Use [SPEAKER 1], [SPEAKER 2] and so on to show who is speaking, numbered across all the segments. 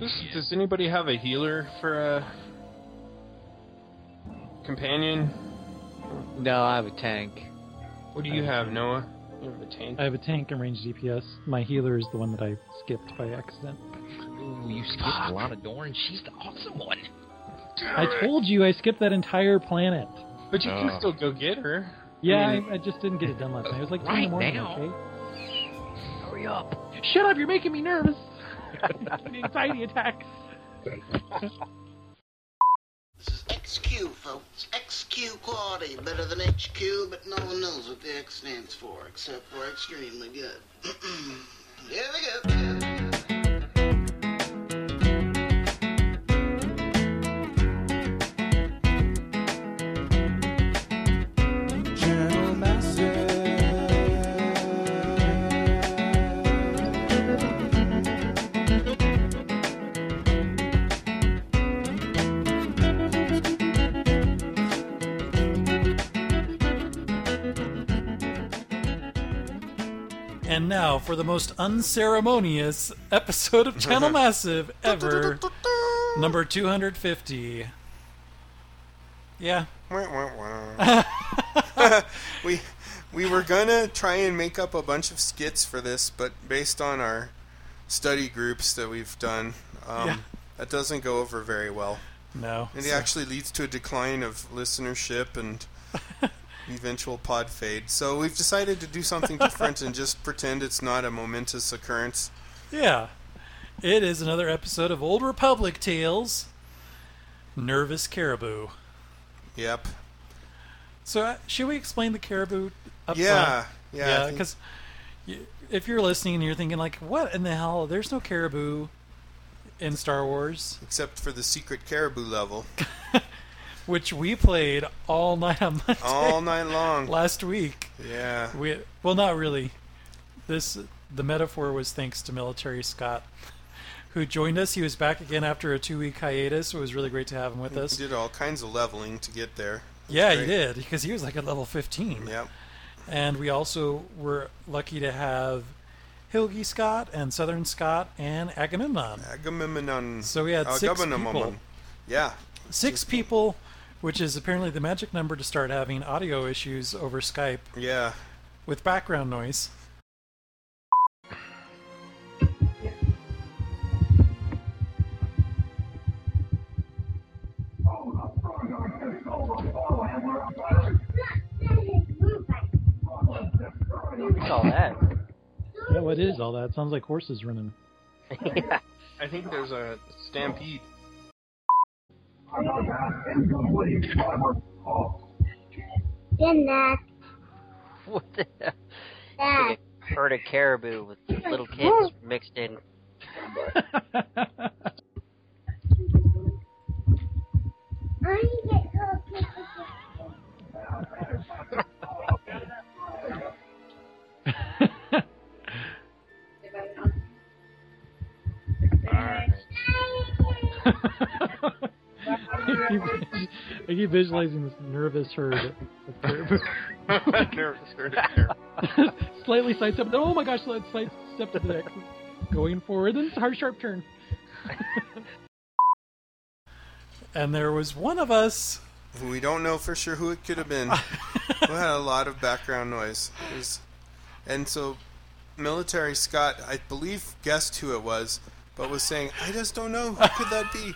[SPEAKER 1] Does,
[SPEAKER 2] DPS.
[SPEAKER 1] does anybody have a healer for uh, a companion?
[SPEAKER 3] No, I have a tank.
[SPEAKER 1] What do you
[SPEAKER 4] Uh,
[SPEAKER 1] have, Noah? You have a tank.
[SPEAKER 5] I have a tank and range DPS. My healer is the one that I skipped by accident.
[SPEAKER 2] Ooh, you skipped a lot of Dorn. She's the awesome one.
[SPEAKER 5] I told you I skipped that entire planet.
[SPEAKER 1] But you can
[SPEAKER 4] Uh.
[SPEAKER 6] Oh.
[SPEAKER 1] still go get her.
[SPEAKER 5] Yeah,
[SPEAKER 1] mean-
[SPEAKER 5] I, I just didn't get it done last night. It was like two in
[SPEAKER 2] Right
[SPEAKER 5] the morning.
[SPEAKER 2] now.
[SPEAKER 5] Okay.
[SPEAKER 2] Hurry up.
[SPEAKER 5] Shut up! You're making me nervous. anxiety attacks.
[SPEAKER 7] XQ, folks. XQ quality. Better than HQ, but no one knows what the X stands for, except we're extremely good. Here we go.
[SPEAKER 4] And now for the most unceremonious episode of Channel Massive ever, number 250. Yeah,
[SPEAKER 6] Wah, wah, wah. we we were gonna try and make up a bunch of skits for this, but based on our study groups that we've done, um,
[SPEAKER 4] Yeah.
[SPEAKER 6] that doesn't go over very well,
[SPEAKER 4] no.
[SPEAKER 6] and it
[SPEAKER 4] so-
[SPEAKER 6] actually leads to a decline of listenership and eventual pod fade. So we've decided to do something different and just pretend it's not a momentous occurrence.
[SPEAKER 4] Yeah. It is another episode of Old Republic Tales Nervous Caribou.
[SPEAKER 6] Yep.
[SPEAKER 4] So, uh, should we explain the caribou up
[SPEAKER 6] Yeah.
[SPEAKER 4] front?
[SPEAKER 6] Yeah, I
[SPEAKER 4] Yeah,
[SPEAKER 6] think-
[SPEAKER 4] because if you're listening and you're thinking, like, what in the hell? There's no caribou in Star Wars,
[SPEAKER 6] Except for the secret caribou level,
[SPEAKER 4] which we played all night on Monday
[SPEAKER 6] all night long.
[SPEAKER 4] last week.
[SPEAKER 6] Yeah.
[SPEAKER 4] We well, not really. This the metaphor was thanks to military Scott, who joined us. He was back again after a two-week hiatus. It was really great to have him with us.
[SPEAKER 6] We did all kinds of leveling to get there.
[SPEAKER 4] yeah,
[SPEAKER 6] great.
[SPEAKER 4] he did because he was like at level 15.
[SPEAKER 6] Yep.
[SPEAKER 4] And we also were lucky to have Hilgi Scott and Southern Scott and Agamemnon.
[SPEAKER 6] Agamemnon.
[SPEAKER 4] So we had six people.
[SPEAKER 6] Yeah.
[SPEAKER 4] Six people, which is apparently the magic number to start having audio issues over Skype
[SPEAKER 6] Yeah.
[SPEAKER 4] with background noise.
[SPEAKER 3] What's all that?
[SPEAKER 5] Yeah, what is all that? Sounds like horses running.
[SPEAKER 1] I think there's a stampede.
[SPEAKER 8] Then that,
[SPEAKER 3] What the hell?
[SPEAKER 8] that.
[SPEAKER 3] Herd of caribou with little kids mixed in.
[SPEAKER 8] I get cookies.
[SPEAKER 2] Alright.
[SPEAKER 5] I, keep, I keep visualizing this nervous herd of caribou.
[SPEAKER 1] Nervous herd.
[SPEAKER 5] Slightly sidestep. Oh my gosh, slight sidestep to the next. Going forward, then it's a hard, sharp turn.
[SPEAKER 4] And there was one of us
[SPEAKER 6] We don't know for sure who it could have been. we had a lot of background noise. It was, and so, military Scott, I believe, guessed who it was, but was saying, "I just don't know. Who could that be?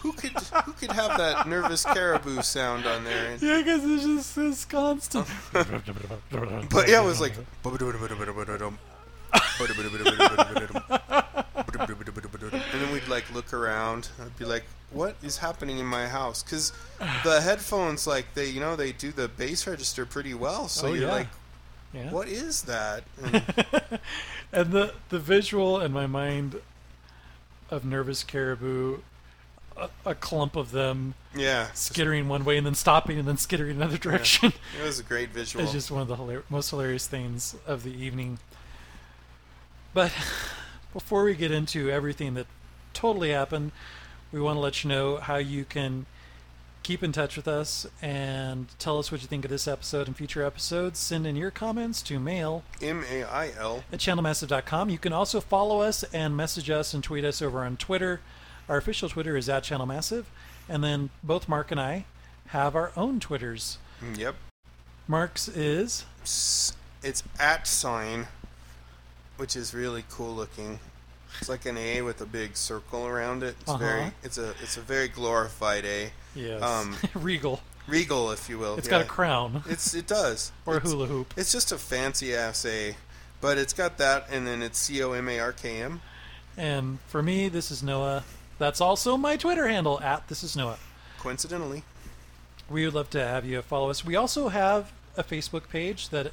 [SPEAKER 6] Who could who could have that nervous caribou sound on there?" And,
[SPEAKER 4] Yeah, because it's just this constant.
[SPEAKER 6] but
[SPEAKER 4] but
[SPEAKER 6] yeah, it was like. and then we'd like look around. I'd be like, "What is happening in my house?" Because the headphones, like they, you know, they do the bass register pretty well. So
[SPEAKER 4] Oh,
[SPEAKER 6] you're
[SPEAKER 4] yeah.
[SPEAKER 6] like,
[SPEAKER 4] Yeah.
[SPEAKER 6] "What is that?" And
[SPEAKER 4] and the the visual in my mind of nervous caribou, a, a clump of them
[SPEAKER 6] yeah,
[SPEAKER 4] skittering one way and then stopping and then skittering another direction.
[SPEAKER 6] it was a great visual.
[SPEAKER 4] It's just one of the hilar- most hilarious things of the evening. But before we get into everything that totally happened, we want to let you know how you can Keep in touch with us and tell us what you think of this episode and future episodes. Send in your comments to mail
[SPEAKER 6] M A I L.
[SPEAKER 4] at channelmassive.com. You can also follow us and message us and tweet us over on Twitter. Our official Twitter is at channelmassive. And then both Mark and I have our own Twitters.
[SPEAKER 6] Yep.
[SPEAKER 4] Mark's is
[SPEAKER 6] S- It's at sign, which is really cool looking. It's like an A with a big circle around it. It's
[SPEAKER 4] Uh-huh.
[SPEAKER 6] very. It's a. It's a very glorified A,
[SPEAKER 4] yes
[SPEAKER 6] Um,
[SPEAKER 4] regal.
[SPEAKER 6] regal, if you will.
[SPEAKER 4] It's
[SPEAKER 6] It's
[SPEAKER 4] got a crown
[SPEAKER 6] It's it does.
[SPEAKER 4] or a
[SPEAKER 6] It's-
[SPEAKER 4] hula hoop.
[SPEAKER 6] It's just a fancy ass A, but it's got that, and then it's C O M A R K M.
[SPEAKER 4] And for me, this is Noah. That's also my Twitter handle at this is Noah.
[SPEAKER 6] Coincidentally,
[SPEAKER 4] We would love to have you follow us. We also have a Facebook page that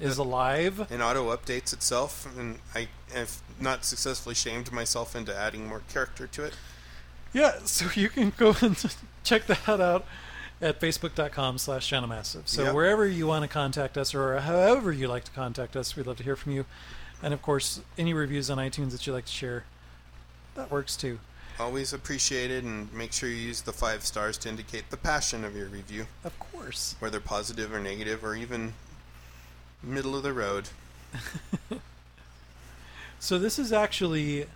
[SPEAKER 4] is alive.
[SPEAKER 6] and auto updates itself, and I have not successfully shamed myself into adding more character to it.
[SPEAKER 4] Yeah, so you can go and check that out at facebook.com slash channelmassive. So
[SPEAKER 6] Yep.
[SPEAKER 4] wherever you want to contact us or however you like to contact us, we'd love to hear from you. And of course, any reviews on iTunes that you like to share, that works too.
[SPEAKER 6] Always appreciated, and make sure you use the five stars to indicate the passion of your review,
[SPEAKER 4] Of course.
[SPEAKER 6] whether positive or negative, or even middle of the road.
[SPEAKER 4] So this is actually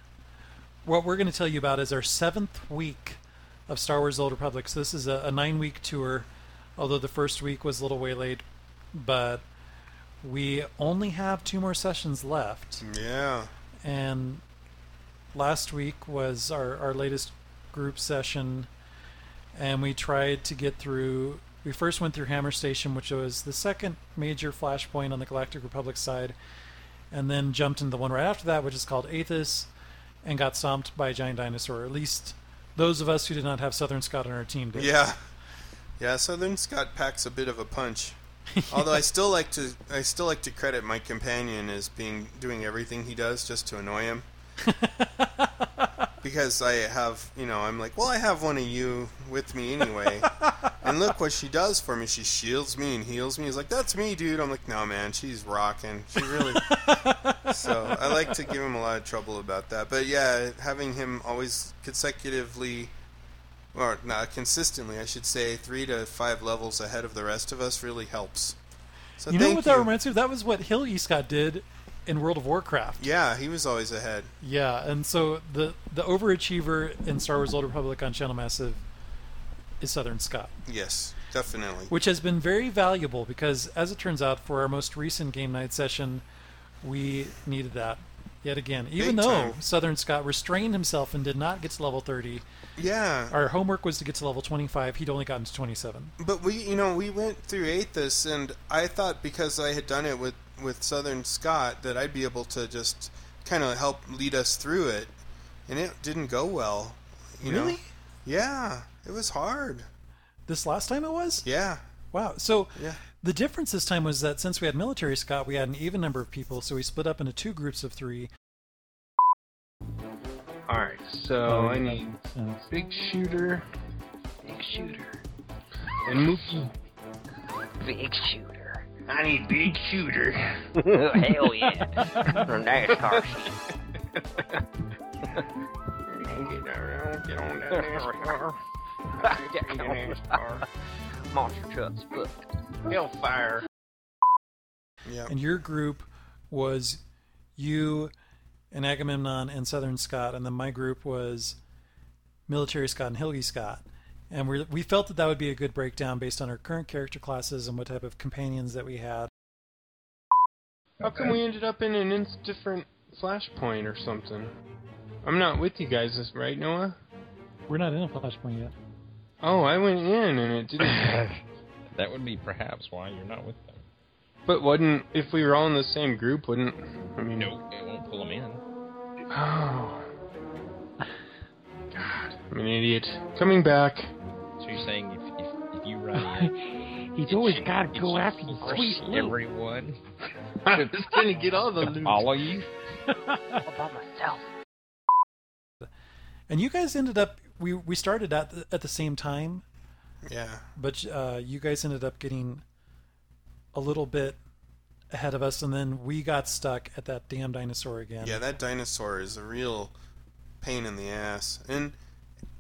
[SPEAKER 4] what we're going to tell you about is our seventh week of Star Wars: The Old Republic. So this is a, a nine-week tour, although the first week was a little waylaid, but we only have two more sessions left.
[SPEAKER 6] Yeah,
[SPEAKER 4] And last week was our our latest group session, and we tried to get through. We first went through Hammer Station, which was the second major flashpoint on the Galactic Republic side and then jumped into the one right after that, which is called Athos, and got stomped by a giant dinosaur. At least those of us who did not have Southern Scott on our team did.
[SPEAKER 6] yeah, yeah. Southern Scott packs a bit of a punch. Although I still like to, I still like to credit my companion as being doing everything he does just to annoy him. because I have, you know, I'm like, well, I have one of you with me anyway, and look what she does for me. She shields me and heals me. He's like, that's me, dude. I'm like, no, man, she's rocking. She really. so I like to give him a lot of trouble about that. But yeah, having him always consecutively. Or not consistently, I should say, three to five levels ahead of the rest of us really helps. So
[SPEAKER 4] you know
[SPEAKER 6] thank
[SPEAKER 4] what that
[SPEAKER 6] you.
[SPEAKER 4] reminds me of? That was what Hill E. Scott did in World of Warcraft.
[SPEAKER 6] Yeah, he was always ahead.
[SPEAKER 4] Yeah, and so the the overachiever in Star Wars: The Old Republic on Channel Massive is Southern Scott,
[SPEAKER 6] Yes, definitely.
[SPEAKER 4] which has been very valuable because, as it turns out, for our most recent game night session, we needed that yet again. Even
[SPEAKER 6] Big
[SPEAKER 4] though
[SPEAKER 6] time.
[SPEAKER 4] Southern Scott restrained himself and did not get to level thirty,
[SPEAKER 6] Yeah.
[SPEAKER 4] Our homework was to get to level 25. He'd only gotten to 27.
[SPEAKER 6] But we, you know, we went through Athos, and I thought because I had done it with with Southern Scott that I'd be able to just kind of help lead us through it, and it didn't go well. You Know? Yeah, it was hard.
[SPEAKER 4] This last time it was?
[SPEAKER 6] Yeah,
[SPEAKER 4] Wow. So
[SPEAKER 6] yeah,
[SPEAKER 4] the difference this time was that since we had military Scott, we had an even number of people, so we split up into two groups of three.
[SPEAKER 1] Alright, so I need Big Shooter
[SPEAKER 3] Big shooter.
[SPEAKER 1] and Mookie.
[SPEAKER 3] Big shooter. Oh,
[SPEAKER 1] I need Big Shooter.
[SPEAKER 3] Hell yeah. From NASCAR sheet.
[SPEAKER 1] Get on that NASCAR. Get on that NASCAR.
[SPEAKER 3] Monster trucks book.
[SPEAKER 1] Hellfire.
[SPEAKER 6] yeah.
[SPEAKER 4] And your group was you and Agamemnon and Southern Scott, and then my group was military Scott and Hilgi Scott. And we we felt that that would be a good breakdown based on our current character classes and what type of companions that we had.
[SPEAKER 1] How come we ended up in an ins- different flashpoint or something? I'm not with you guys, is- right, Noah?
[SPEAKER 5] We're not in a flashpoint yet.
[SPEAKER 1] Oh, I went in and it didn't.
[SPEAKER 2] That would be perhaps why you're not with them.
[SPEAKER 1] but wouldn't if we were all in the same group? Wouldn't I mean?
[SPEAKER 2] No, it won't pull them in.
[SPEAKER 1] Oh. God, I'm an idiot. Coming back.
[SPEAKER 2] So you're saying if, if, if you run in,
[SPEAKER 5] He's
[SPEAKER 2] it
[SPEAKER 5] always
[SPEAKER 2] should-
[SPEAKER 5] got to
[SPEAKER 2] it
[SPEAKER 5] go
[SPEAKER 2] should
[SPEAKER 5] after the
[SPEAKER 2] force
[SPEAKER 5] sweet Luke.
[SPEAKER 2] everyone
[SPEAKER 1] I was gonna get all the
[SPEAKER 2] to
[SPEAKER 1] loot.
[SPEAKER 2] follow you.
[SPEAKER 3] All by myself.
[SPEAKER 4] And you guys ended up we we started at the, at the same time,
[SPEAKER 6] yeah.
[SPEAKER 4] but uh, you guys ended up getting a little bit ahead of us, and then we got stuck at that damn dinosaur again.
[SPEAKER 6] Yeah, that dinosaur is a real pain in the ass. And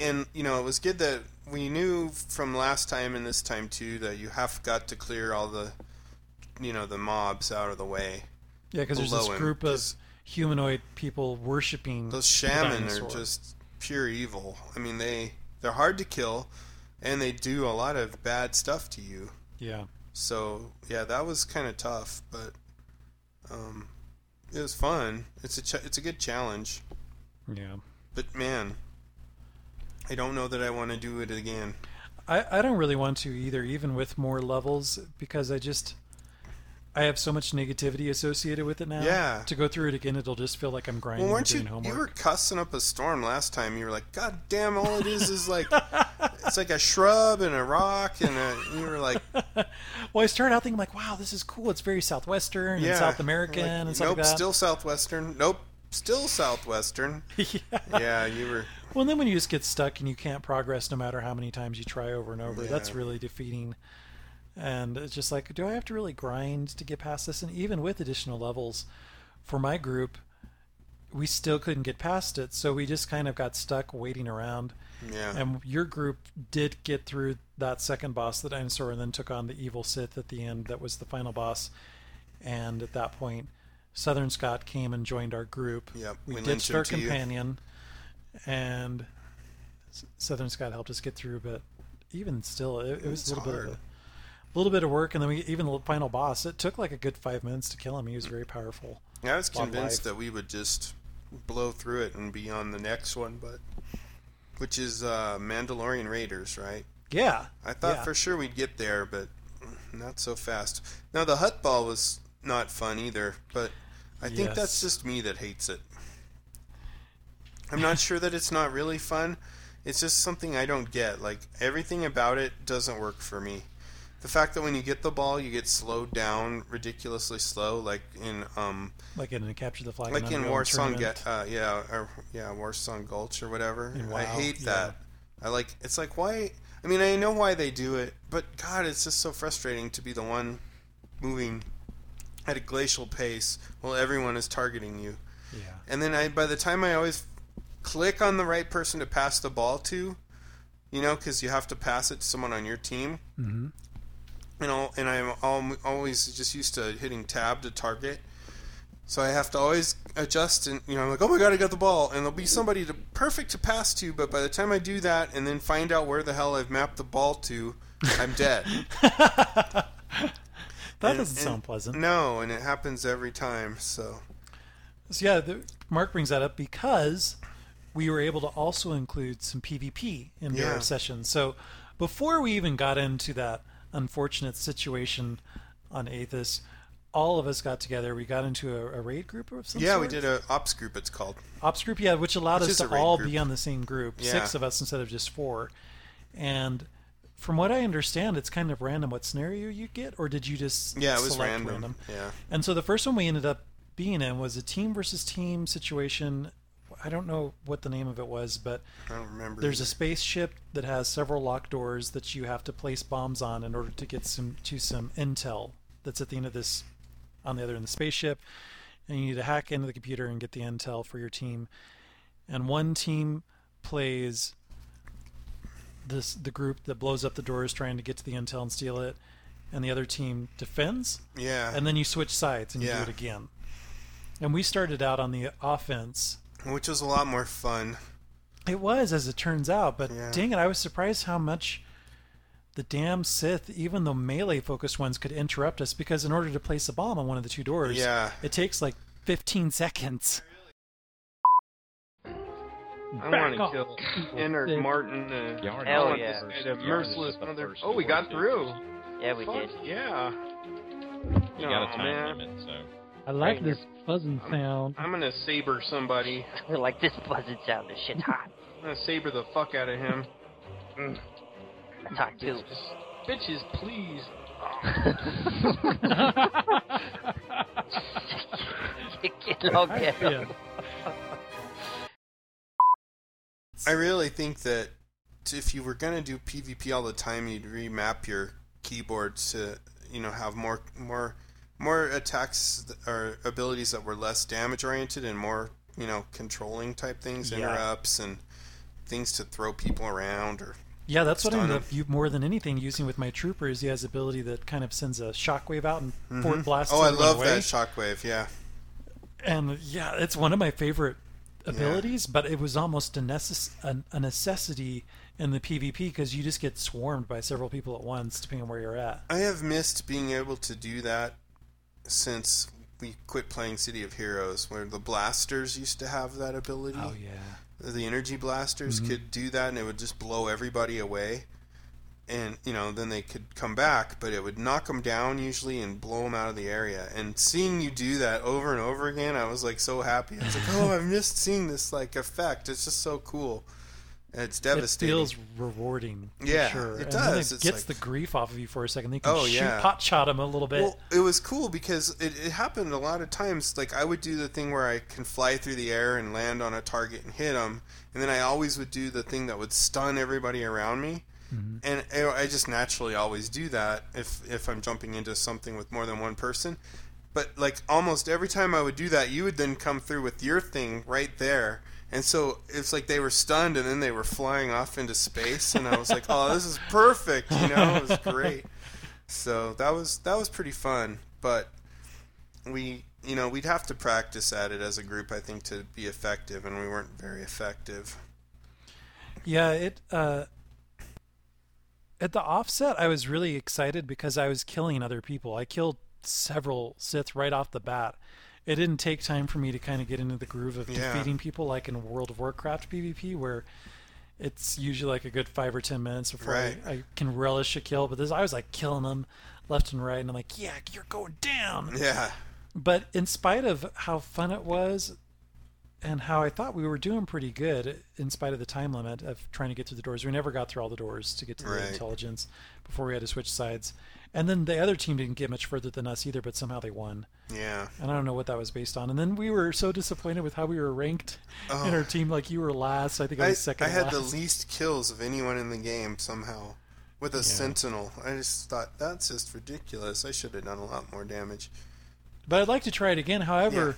[SPEAKER 6] and you know, it was good that we knew from last time and this time too that you have got to clear all the, you know, the mobs out of the way.
[SPEAKER 4] Yeah, because there's this
[SPEAKER 6] Below him,
[SPEAKER 4] group of
[SPEAKER 6] just-
[SPEAKER 4] humanoid people worshiping.
[SPEAKER 6] Those shaman are
[SPEAKER 4] Dinosaur.
[SPEAKER 6] just pure evil. I mean, they they're hard to kill, and they do a lot of bad stuff to you.
[SPEAKER 4] yeah,
[SPEAKER 6] So yeah, that was kind of tough, but um, it was fun. It's a ch- it's a good challenge,
[SPEAKER 4] yeah.
[SPEAKER 6] but man, I don't know that I want to do it again.
[SPEAKER 4] I, I don't really want to either, even with more levels, because I just I have so much negativity associated with it now.
[SPEAKER 6] Yeah.
[SPEAKER 4] To go through it again, it'll just feel like I'm grinding
[SPEAKER 6] Well,
[SPEAKER 4] and
[SPEAKER 6] weren't you?
[SPEAKER 4] doing homework.
[SPEAKER 6] You were cussing up a storm last time. You were like, "God damn! All it is is like it's like a shrub and a rock and a." You were like,
[SPEAKER 4] well, I started out thinking like, wow, this is cool. It's very southwestern
[SPEAKER 6] "Yeah,
[SPEAKER 4] and South American
[SPEAKER 6] Like,
[SPEAKER 4] and stuff
[SPEAKER 6] nope,
[SPEAKER 4] like that.
[SPEAKER 6] still southwestern. Nope, still southwestern."
[SPEAKER 4] yeah.
[SPEAKER 6] yeah, you were.
[SPEAKER 4] Well, and then when you just get stuck and you can't progress no matter how many times you try over and over, that's
[SPEAKER 6] Yeah.
[SPEAKER 4] really defeating. And it's just like, do I have to really grind to get past this? And even with additional levels, for my group, we still couldn't get past it. So we just kind of got stuck waiting around.
[SPEAKER 6] Yeah,
[SPEAKER 4] And your group did get through that second boss, the dinosaur, and then took on the evil Sith at the end. That was the final boss. And at that point, Southern Scott came and joined our group.
[SPEAKER 6] Yep,
[SPEAKER 4] we,
[SPEAKER 6] we linked
[SPEAKER 4] ditched
[SPEAKER 6] him
[SPEAKER 4] our
[SPEAKER 6] to you.
[SPEAKER 4] companion, and S- Southern Scott helped us get through. But even still, it, it was
[SPEAKER 6] was
[SPEAKER 4] a little bit of
[SPEAKER 6] hard.
[SPEAKER 4] a little bit of work, and then we even the final boss. It took like a good five minutes to kill him. He was very powerful.
[SPEAKER 6] I was
[SPEAKER 4] lot of
[SPEAKER 6] convinced
[SPEAKER 4] life.
[SPEAKER 6] that we would just blow through it and be on the next one, but which is uh, Mandalorian Raiders, right?
[SPEAKER 4] Yeah,
[SPEAKER 6] I thought
[SPEAKER 4] Yeah.
[SPEAKER 6] for sure we'd get there, but not so fast. Now the hut ball was not fun either, but I think that's
[SPEAKER 4] Yes.
[SPEAKER 6] just me that hates it. I'm not sure that it's not really fun. It's just something I don't get. Like everything about it doesn't work for me. The fact that when you get the ball, you get slowed down ridiculously slow, like in um,
[SPEAKER 4] like in a capture the flag.
[SPEAKER 6] like
[SPEAKER 4] and
[SPEAKER 6] in
[SPEAKER 4] Underground
[SPEAKER 6] Warsong,
[SPEAKER 4] tournament.
[SPEAKER 6] Gu- uh, yeah, or yeah, Warsong Gulch or whatever.
[SPEAKER 4] In
[SPEAKER 6] I
[SPEAKER 4] WoW,
[SPEAKER 6] hate
[SPEAKER 4] yeah.
[SPEAKER 6] that. I like it's like why? I mean, I know why they do it, but God, it's just so frustrating to be the one moving at a glacial pace while everyone is targeting you.
[SPEAKER 4] Yeah.
[SPEAKER 6] And then I, by the time I always click on the right person to pass the ball to, you know, because you have to pass it to someone on your team.
[SPEAKER 4] Mhm.
[SPEAKER 6] You know, and I'm al- always just used to hitting tab to target. So I have to always adjust, and you know, I'm like, oh my god, I got the ball, and there'll be somebody to perfect to pass to. But by the time I do that, and then find out where the hell I've mapped the ball to, I'm dead.
[SPEAKER 4] that
[SPEAKER 6] And-
[SPEAKER 4] doesn't
[SPEAKER 6] and-
[SPEAKER 4] sound pleasant.
[SPEAKER 6] No, and it happens every time. So
[SPEAKER 4] So yeah, the, Mark brings that up because we were able to also include some PvP in
[SPEAKER 6] Yeah.
[SPEAKER 4] our session. So before we even got into that unfortunate situation on Athos, all of us got together. We got into a, a raid group or something.
[SPEAKER 6] yeah, we did a ops group. It's called.
[SPEAKER 4] ops group, yeah, which allowed
[SPEAKER 6] Which
[SPEAKER 4] us
[SPEAKER 6] is a
[SPEAKER 4] to
[SPEAKER 6] raid
[SPEAKER 4] all
[SPEAKER 6] group.
[SPEAKER 4] be on the same group, six
[SPEAKER 6] Yeah.
[SPEAKER 4] of us instead of just four. And from what I understand, it's kind of random what scenario you get, or did you just
[SPEAKER 6] Yeah, it was
[SPEAKER 4] select
[SPEAKER 6] random.
[SPEAKER 4] random?
[SPEAKER 6] Yeah.
[SPEAKER 4] And so the first one we ended up being in was a team versus team situation. I don't know what the name of it was, but
[SPEAKER 6] I don't remember.
[SPEAKER 4] there's
[SPEAKER 6] either.
[SPEAKER 4] a spaceship that has several locked doors that you have to place bombs on in order to get some to some intel that's at the end of this on the other end of the spaceship. And you need to hack into the computer and get the intel for your team. And one team plays this the group that blows up the doors trying to get to the intel and steal it, and the other team defends
[SPEAKER 6] yeah,
[SPEAKER 4] and then you switch sides and you
[SPEAKER 6] Uh-huh. Yeah.
[SPEAKER 4] do it again. And we started out on the offense.
[SPEAKER 6] which was a lot more fun.
[SPEAKER 4] It was, as it turns out, but
[SPEAKER 6] Yeah.
[SPEAKER 4] dang it, I was surprised how much the damn Sith, even the melee focused ones, could interrupt us because in order to place a bomb on one of the two doors,
[SPEAKER 6] Yeah.
[SPEAKER 4] it takes like 15 seconds.
[SPEAKER 1] I
[SPEAKER 5] Back
[SPEAKER 1] want to
[SPEAKER 5] off.
[SPEAKER 1] kill Enter Martin. Uh,
[SPEAKER 2] Y'all are
[SPEAKER 1] I
[SPEAKER 3] Hell
[SPEAKER 2] not-
[SPEAKER 1] want
[SPEAKER 3] yeah.
[SPEAKER 1] this
[SPEAKER 2] y'all
[SPEAKER 1] guy to
[SPEAKER 2] are just
[SPEAKER 1] merciless
[SPEAKER 2] the
[SPEAKER 1] mother.
[SPEAKER 2] first
[SPEAKER 1] Oh, we
[SPEAKER 2] to
[SPEAKER 1] got
[SPEAKER 2] do
[SPEAKER 1] through.
[SPEAKER 2] this.
[SPEAKER 3] Yeah, we
[SPEAKER 1] Fuck
[SPEAKER 3] did.
[SPEAKER 1] yeah.
[SPEAKER 9] You
[SPEAKER 1] Aw,
[SPEAKER 9] got a time
[SPEAKER 1] man.
[SPEAKER 9] limit, so
[SPEAKER 5] I like
[SPEAKER 3] Right.
[SPEAKER 5] this buzzing sound.
[SPEAKER 1] I'm gonna saber somebody.
[SPEAKER 3] like this buzzing sound. This shit's hot.
[SPEAKER 1] I'm gonna saber the fuck out of him.
[SPEAKER 3] I talk too.
[SPEAKER 1] Bitches, bitches, please.
[SPEAKER 3] Get long
[SPEAKER 4] Yeah.
[SPEAKER 6] I really think that t- if you were gonna do PvP all the time, you'd remap your keyboards to you know have more more more attacks th- or abilities that were less damage oriented and more you know controlling type things,
[SPEAKER 4] Yeah.
[SPEAKER 6] interrupts and things to throw people around or
[SPEAKER 4] Yeah, that's what
[SPEAKER 6] Stun
[SPEAKER 4] I'm
[SPEAKER 6] 'em.
[SPEAKER 4] u- more than anything using with my trooper is he has ability that kind of sends a shockwave out and fort blasts
[SPEAKER 6] Oh, I
[SPEAKER 4] everyone
[SPEAKER 6] love
[SPEAKER 4] away.
[SPEAKER 6] that shockwave. Yeah.
[SPEAKER 4] and yeah, it's one of my favorite abilities, but it was almost a, necess- a, a necessity in the PvP because you just get swarmed by several people at once, depending on where you're at.
[SPEAKER 6] I have missed being able to do that since we quit playing City of Heroes, where the blasters used to have that ability.
[SPEAKER 4] Oh yeah,
[SPEAKER 6] The energy blasters
[SPEAKER 4] Mm-hmm.
[SPEAKER 6] could do that, and it would just blow everybody away. And you know, then they could come back, but it would knock them down usually and blow them out of the area. And seeing you do that over and over again, I was like so happy. I was like, "Oh, I've missed seeing this like effect. It's just so cool. And it's devastating."
[SPEAKER 4] it feels rewarding. for
[SPEAKER 6] Yeah,
[SPEAKER 4] sure.
[SPEAKER 6] it
[SPEAKER 4] and then
[SPEAKER 6] does. It's
[SPEAKER 4] it gets
[SPEAKER 6] like-
[SPEAKER 4] the grief off of you for a second. They can
[SPEAKER 6] Oh,
[SPEAKER 4] shoot
[SPEAKER 6] yeah.
[SPEAKER 4] pot shot him a little bit.
[SPEAKER 6] Well, it was cool because it, it happened a lot of times. Like I would do the thing where I can fly through the air and land on a target and hit them, and then I always would do the thing that would stun everybody around me. And I I just naturally always do that if if I'm jumping into something with more than one person. But like almost every time I would do that, you would then come through with your thing right there. And so it's like they were stunned and then they were flying off into space and I was like, "Oh, this is perfect." You know, it was great. So that was that was pretty fun, but we you know, we'd have to practice at it as a group I think to be effective and we weren't very effective.
[SPEAKER 4] Yeah, it uh at the offset I was really excited because I was killing other people. I killed several Sith right off the bat. It didn't take time for me to kind of get into the groove of
[SPEAKER 6] Yeah.
[SPEAKER 4] defeating people like in World of Warcraft PvP where it's usually like a good five or ten minutes before
[SPEAKER 6] Right.
[SPEAKER 4] I, I can relish a kill. But this I was like killing them left and right and I'm like, Yeah, you're going down
[SPEAKER 6] Yeah.
[SPEAKER 4] but in spite of how fun it was and how I thought we were doing pretty good in spite of the time limit of trying to get through the doors. We never got through all the doors to get to the
[SPEAKER 6] Right.
[SPEAKER 4] intelligence before we had to switch sides. And then the other team didn't get much further than us either, but somehow they won.
[SPEAKER 6] Yeah.
[SPEAKER 4] And I don't know what that was based on. And then we were so disappointed with how we were ranked in
[SPEAKER 6] Oh.
[SPEAKER 4] our team. Like you were last. I think I
[SPEAKER 6] I,
[SPEAKER 4] was second.
[SPEAKER 6] I had
[SPEAKER 4] last.
[SPEAKER 6] the least kills of anyone in the game somehow with a sentinel. I just thought that's just ridiculous. I should have done a lot more damage.
[SPEAKER 4] But I'd like to try it again. However,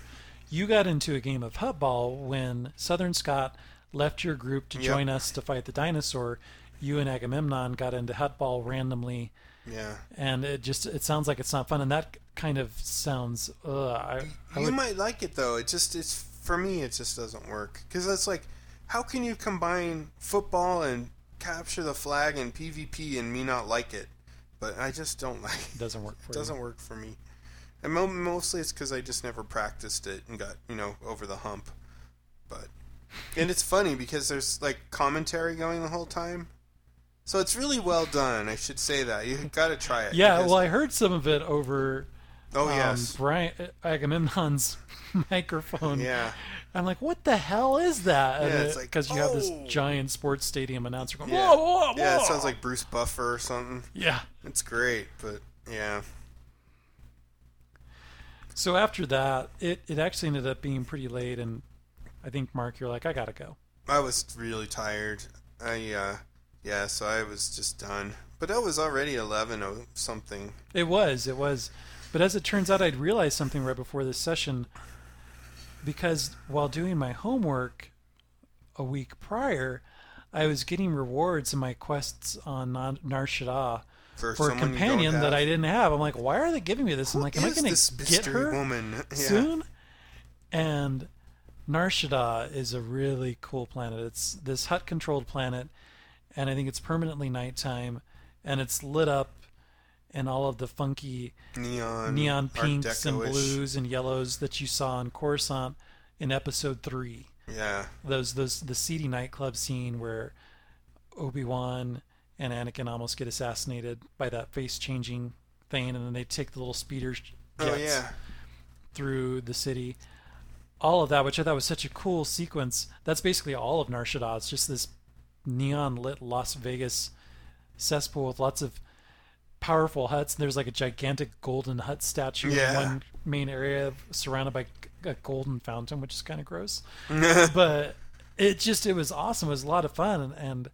[SPEAKER 4] you got into a game of hutball when Southern Scott left your group to
[SPEAKER 6] Yep.
[SPEAKER 4] join us to fight the dinosaur. You and Agamemnon got into hutball randomly,
[SPEAKER 6] Yeah.
[SPEAKER 4] and it just it sounds like it's not fun. And that kind of sounds. Uh, I, I
[SPEAKER 6] you
[SPEAKER 4] would,
[SPEAKER 6] might like it though. It just it's for me. It just doesn't work because it's like, how can you combine football and capture the flag and PvP and me not like it? But I just don't like. It
[SPEAKER 4] doesn't work for
[SPEAKER 6] It doesn't work for me. And mo- mostly it's because I just never practiced it and got you know over the hump. But and it's funny because there's like commentary going the whole time. So it's really well done. I should say that you got to try it.
[SPEAKER 4] you. Yeah,
[SPEAKER 6] because-
[SPEAKER 4] well, I heard some of it over
[SPEAKER 6] oh
[SPEAKER 4] um,
[SPEAKER 6] yes,
[SPEAKER 4] Brian Agamemnon's microphone.
[SPEAKER 6] yeah.
[SPEAKER 4] I'm like, what the hell is that?
[SPEAKER 6] Yeah, it's like,
[SPEAKER 4] because you have this
[SPEAKER 6] "Oh."
[SPEAKER 4] giant sports stadium announcer going,
[SPEAKER 6] Yeah.
[SPEAKER 4] whoa, whoa, Uh, whoa.
[SPEAKER 6] Yeah, it sounds like Bruce Buffer or something.
[SPEAKER 4] yeah.
[SPEAKER 6] It's great, but yeah.
[SPEAKER 4] So after that, it, it actually ended up being pretty late, and I think Mark, you're like, I gotta go.
[SPEAKER 6] I was really tired. I uh yeah, so I was just done. But that was already eleven or something.
[SPEAKER 4] It was, it was, but as it turns out, I'd realized something right before this session, because while doing my homework a week prior, I was getting rewards in my quests on Nan- Nar Shaddaa
[SPEAKER 6] For,
[SPEAKER 4] for a
[SPEAKER 6] someone you don't
[SPEAKER 4] companion that
[SPEAKER 6] have.
[SPEAKER 4] I didn't have. I'm like, why are they giving me this? I'm like, am I
[SPEAKER 6] Is
[SPEAKER 4] gonna
[SPEAKER 6] this
[SPEAKER 4] get
[SPEAKER 6] mystery
[SPEAKER 4] her
[SPEAKER 6] woman yeah.
[SPEAKER 4] soon? And Narshada is a really cool planet. It's this hut controlled planet, and I think it's permanently nighttime, and it's lit up in all of the funky
[SPEAKER 6] Neon
[SPEAKER 4] neon
[SPEAKER 6] Art
[SPEAKER 4] pinks and
[SPEAKER 6] Deco-ish.
[SPEAKER 4] blues and yellows that you saw in Coruscant in episode three.
[SPEAKER 6] Yeah.
[SPEAKER 4] Those those the seedy nightclub scene where Obi Wan and Anakin almost get assassinated by that face changing thing, and then they take the little speeder. sh-
[SPEAKER 6] Oh
[SPEAKER 4] jets
[SPEAKER 6] yeah.
[SPEAKER 4] through the city. All of that, which I thought was such a cool sequence. That's basically all of Nar Shaddaa. It's just this neon lit Las Vegas cesspool with lots of powerful huts. And there's like a gigantic golden hut statue
[SPEAKER 6] Yeah.
[SPEAKER 4] in one main area surrounded by a golden fountain, which is kind of gross. but it just, it was awesome. It was a lot of fun. And, and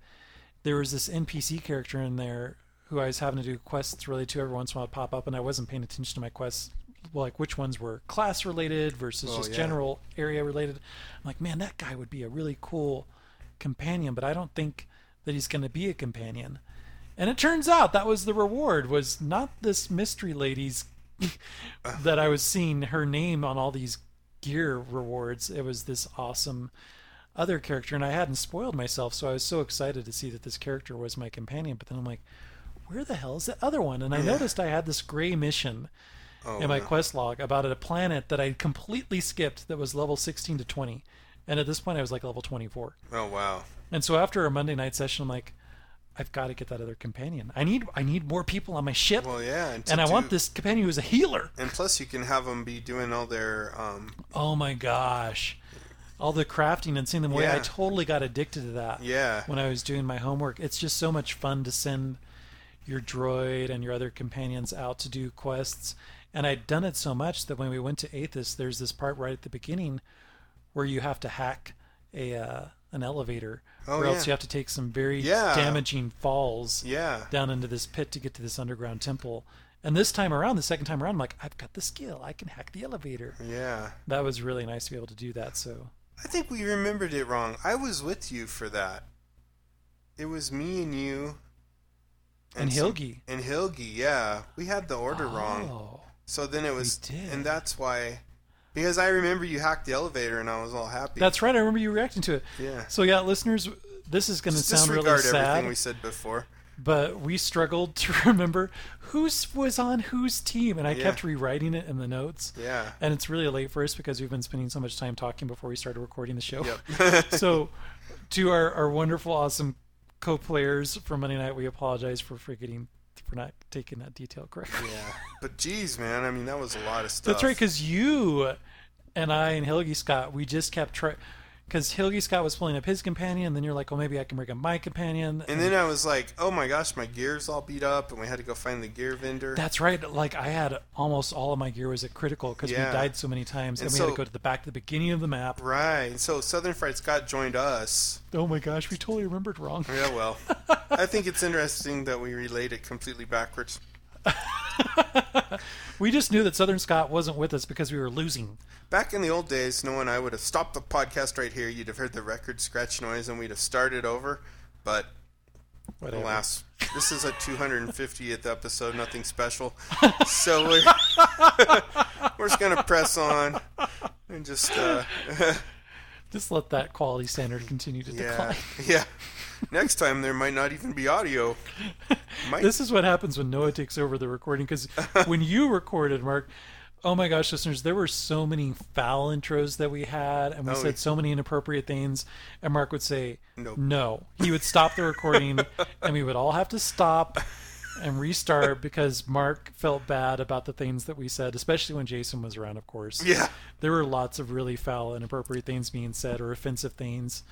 [SPEAKER 4] there was this NPC character in there who I was having to do quests related to every once in a while would pop up, and I wasn't paying attention to my quests, like which ones were class related versus
[SPEAKER 6] Oh,
[SPEAKER 4] just
[SPEAKER 6] yeah.
[SPEAKER 4] general area related. I'm like, man, that guy would be a really cool companion, but I don't think that he's going to be a companion. And it turns out that was the reward was not this mystery lady's that I was seeing her name on all these gear rewards. It was this awesome other character, and I hadn't spoiled myself, so I was so excited to see that this character was my companion. But then I'm like, where the hell is that other one? And I noticed I had this gray mission
[SPEAKER 6] Oh,
[SPEAKER 4] in my
[SPEAKER 6] wow.
[SPEAKER 4] quest log about a planet that I completely skipped that was level 16 to 20. And at this point, I was like level 24.
[SPEAKER 6] oh wow.
[SPEAKER 4] And so after a Monday night session, I'm like, I've got to get that other companion. I need I need more people on my ship,
[SPEAKER 6] Well, yeah. to
[SPEAKER 4] and I want
[SPEAKER 6] do-
[SPEAKER 4] this companion who's a healer.
[SPEAKER 6] And plus, you can have them be doing all their um,
[SPEAKER 4] Oh my gosh. All the crafting and seeing them away, I
[SPEAKER 6] Yeah.
[SPEAKER 4] totally got addicted to that
[SPEAKER 6] yeah.
[SPEAKER 4] when I was doing my homework. It's just so much fun to send your droid and your other companions out to do quests. And I'd done it so much that when we went to Aethys, there's this part right at the beginning where you have to hack a uh, an elevator,
[SPEAKER 6] Oh,
[SPEAKER 4] or
[SPEAKER 6] yeah.
[SPEAKER 4] else you have to take some very
[SPEAKER 6] Yeah.
[SPEAKER 4] damaging falls
[SPEAKER 6] Yeah.
[SPEAKER 4] down into this pit to get to this underground temple. And this time around, the second time around, I'm like, I've got the skill. I can hack the elevator.
[SPEAKER 6] Yeah.
[SPEAKER 4] That was really nice to be able to do that. So
[SPEAKER 6] I think we remembered it wrong. I was with you for that. It was me and you.
[SPEAKER 4] and,
[SPEAKER 6] some-
[SPEAKER 4] Hilgi.
[SPEAKER 6] and Hilgi, yeah. We had the order wrong.
[SPEAKER 4] Oh,
[SPEAKER 6] So then it was.
[SPEAKER 4] did.
[SPEAKER 6] And that's why. Because I remember you hacked the elevator and I was all happy.
[SPEAKER 4] that's right. I remember you reacting to it.
[SPEAKER 6] Yeah.
[SPEAKER 4] So yeah, listeners, this is going to
[SPEAKER 6] Just
[SPEAKER 4] sound
[SPEAKER 6] disregard
[SPEAKER 4] really
[SPEAKER 6] everything
[SPEAKER 4] sad,
[SPEAKER 6] we said before.
[SPEAKER 4] but we struggled to remember who was on whose team, and I
[SPEAKER 6] Yeah.
[SPEAKER 4] kept rewriting it in the notes.
[SPEAKER 6] Yeah.
[SPEAKER 4] And it's really late for us because we've been spending so much time talking before we started recording the show.
[SPEAKER 6] Yep.
[SPEAKER 4] so, to our, our wonderful, awesome co-players for Monday night, we apologize for forgetting for not taking that detail correctly.
[SPEAKER 6] Yeah. But geez, man, I mean, that was a lot of stuff.
[SPEAKER 4] That's right, because you and I and Hilgi Scott, we just kept trying. Because Hilgi Scott was pulling up his companion, and then you're like, "Well, maybe I can bring up my companion."
[SPEAKER 6] And then I was like, oh my gosh, my gear's all beat up, and we had to go find the gear vendor.
[SPEAKER 4] that's right. Like I had almost all of my gear was at critical because
[SPEAKER 6] Yeah.
[SPEAKER 4] we died so many times, and,
[SPEAKER 6] And
[SPEAKER 4] we had
[SPEAKER 6] so-
[SPEAKER 4] to go to the back to the beginning of the map.
[SPEAKER 6] right. And so Southern Fried Scott joined us.
[SPEAKER 4] Oh my gosh, we totally remembered wrong.
[SPEAKER 6] Yeah, well, I think it's interesting that we relate it completely backwards.
[SPEAKER 4] we just knew that Southern Scott wasn't with us because we were losing.
[SPEAKER 6] Back in the old days, no one I would have stopped the podcast right here. You'd have heard the record scratch noise, and we'd have started over. But
[SPEAKER 4] Whatever.
[SPEAKER 6] alas, this is a 250th episode, nothing special. So we're, we're just gonna press on and just uh,
[SPEAKER 4] Just let that quality standard continue to
[SPEAKER 6] yeah,
[SPEAKER 4] decline.
[SPEAKER 6] yeah. Next time there might not even be audio. Might
[SPEAKER 4] This is what happens when Noah takes over the recording because when you recorded, Mark, oh my gosh, listeners, there were so many foul intros that we had, and we
[SPEAKER 6] Oh,
[SPEAKER 4] said so many inappropriate things, and Mark would say,
[SPEAKER 6] Nope.
[SPEAKER 4] No. He would stop the recording, and we would all have to stop and restart because Mark felt bad about the things that we said, especially when Jason was around, of course.
[SPEAKER 6] yeah.
[SPEAKER 4] There were lots of really foul, inappropriate things being said or offensive things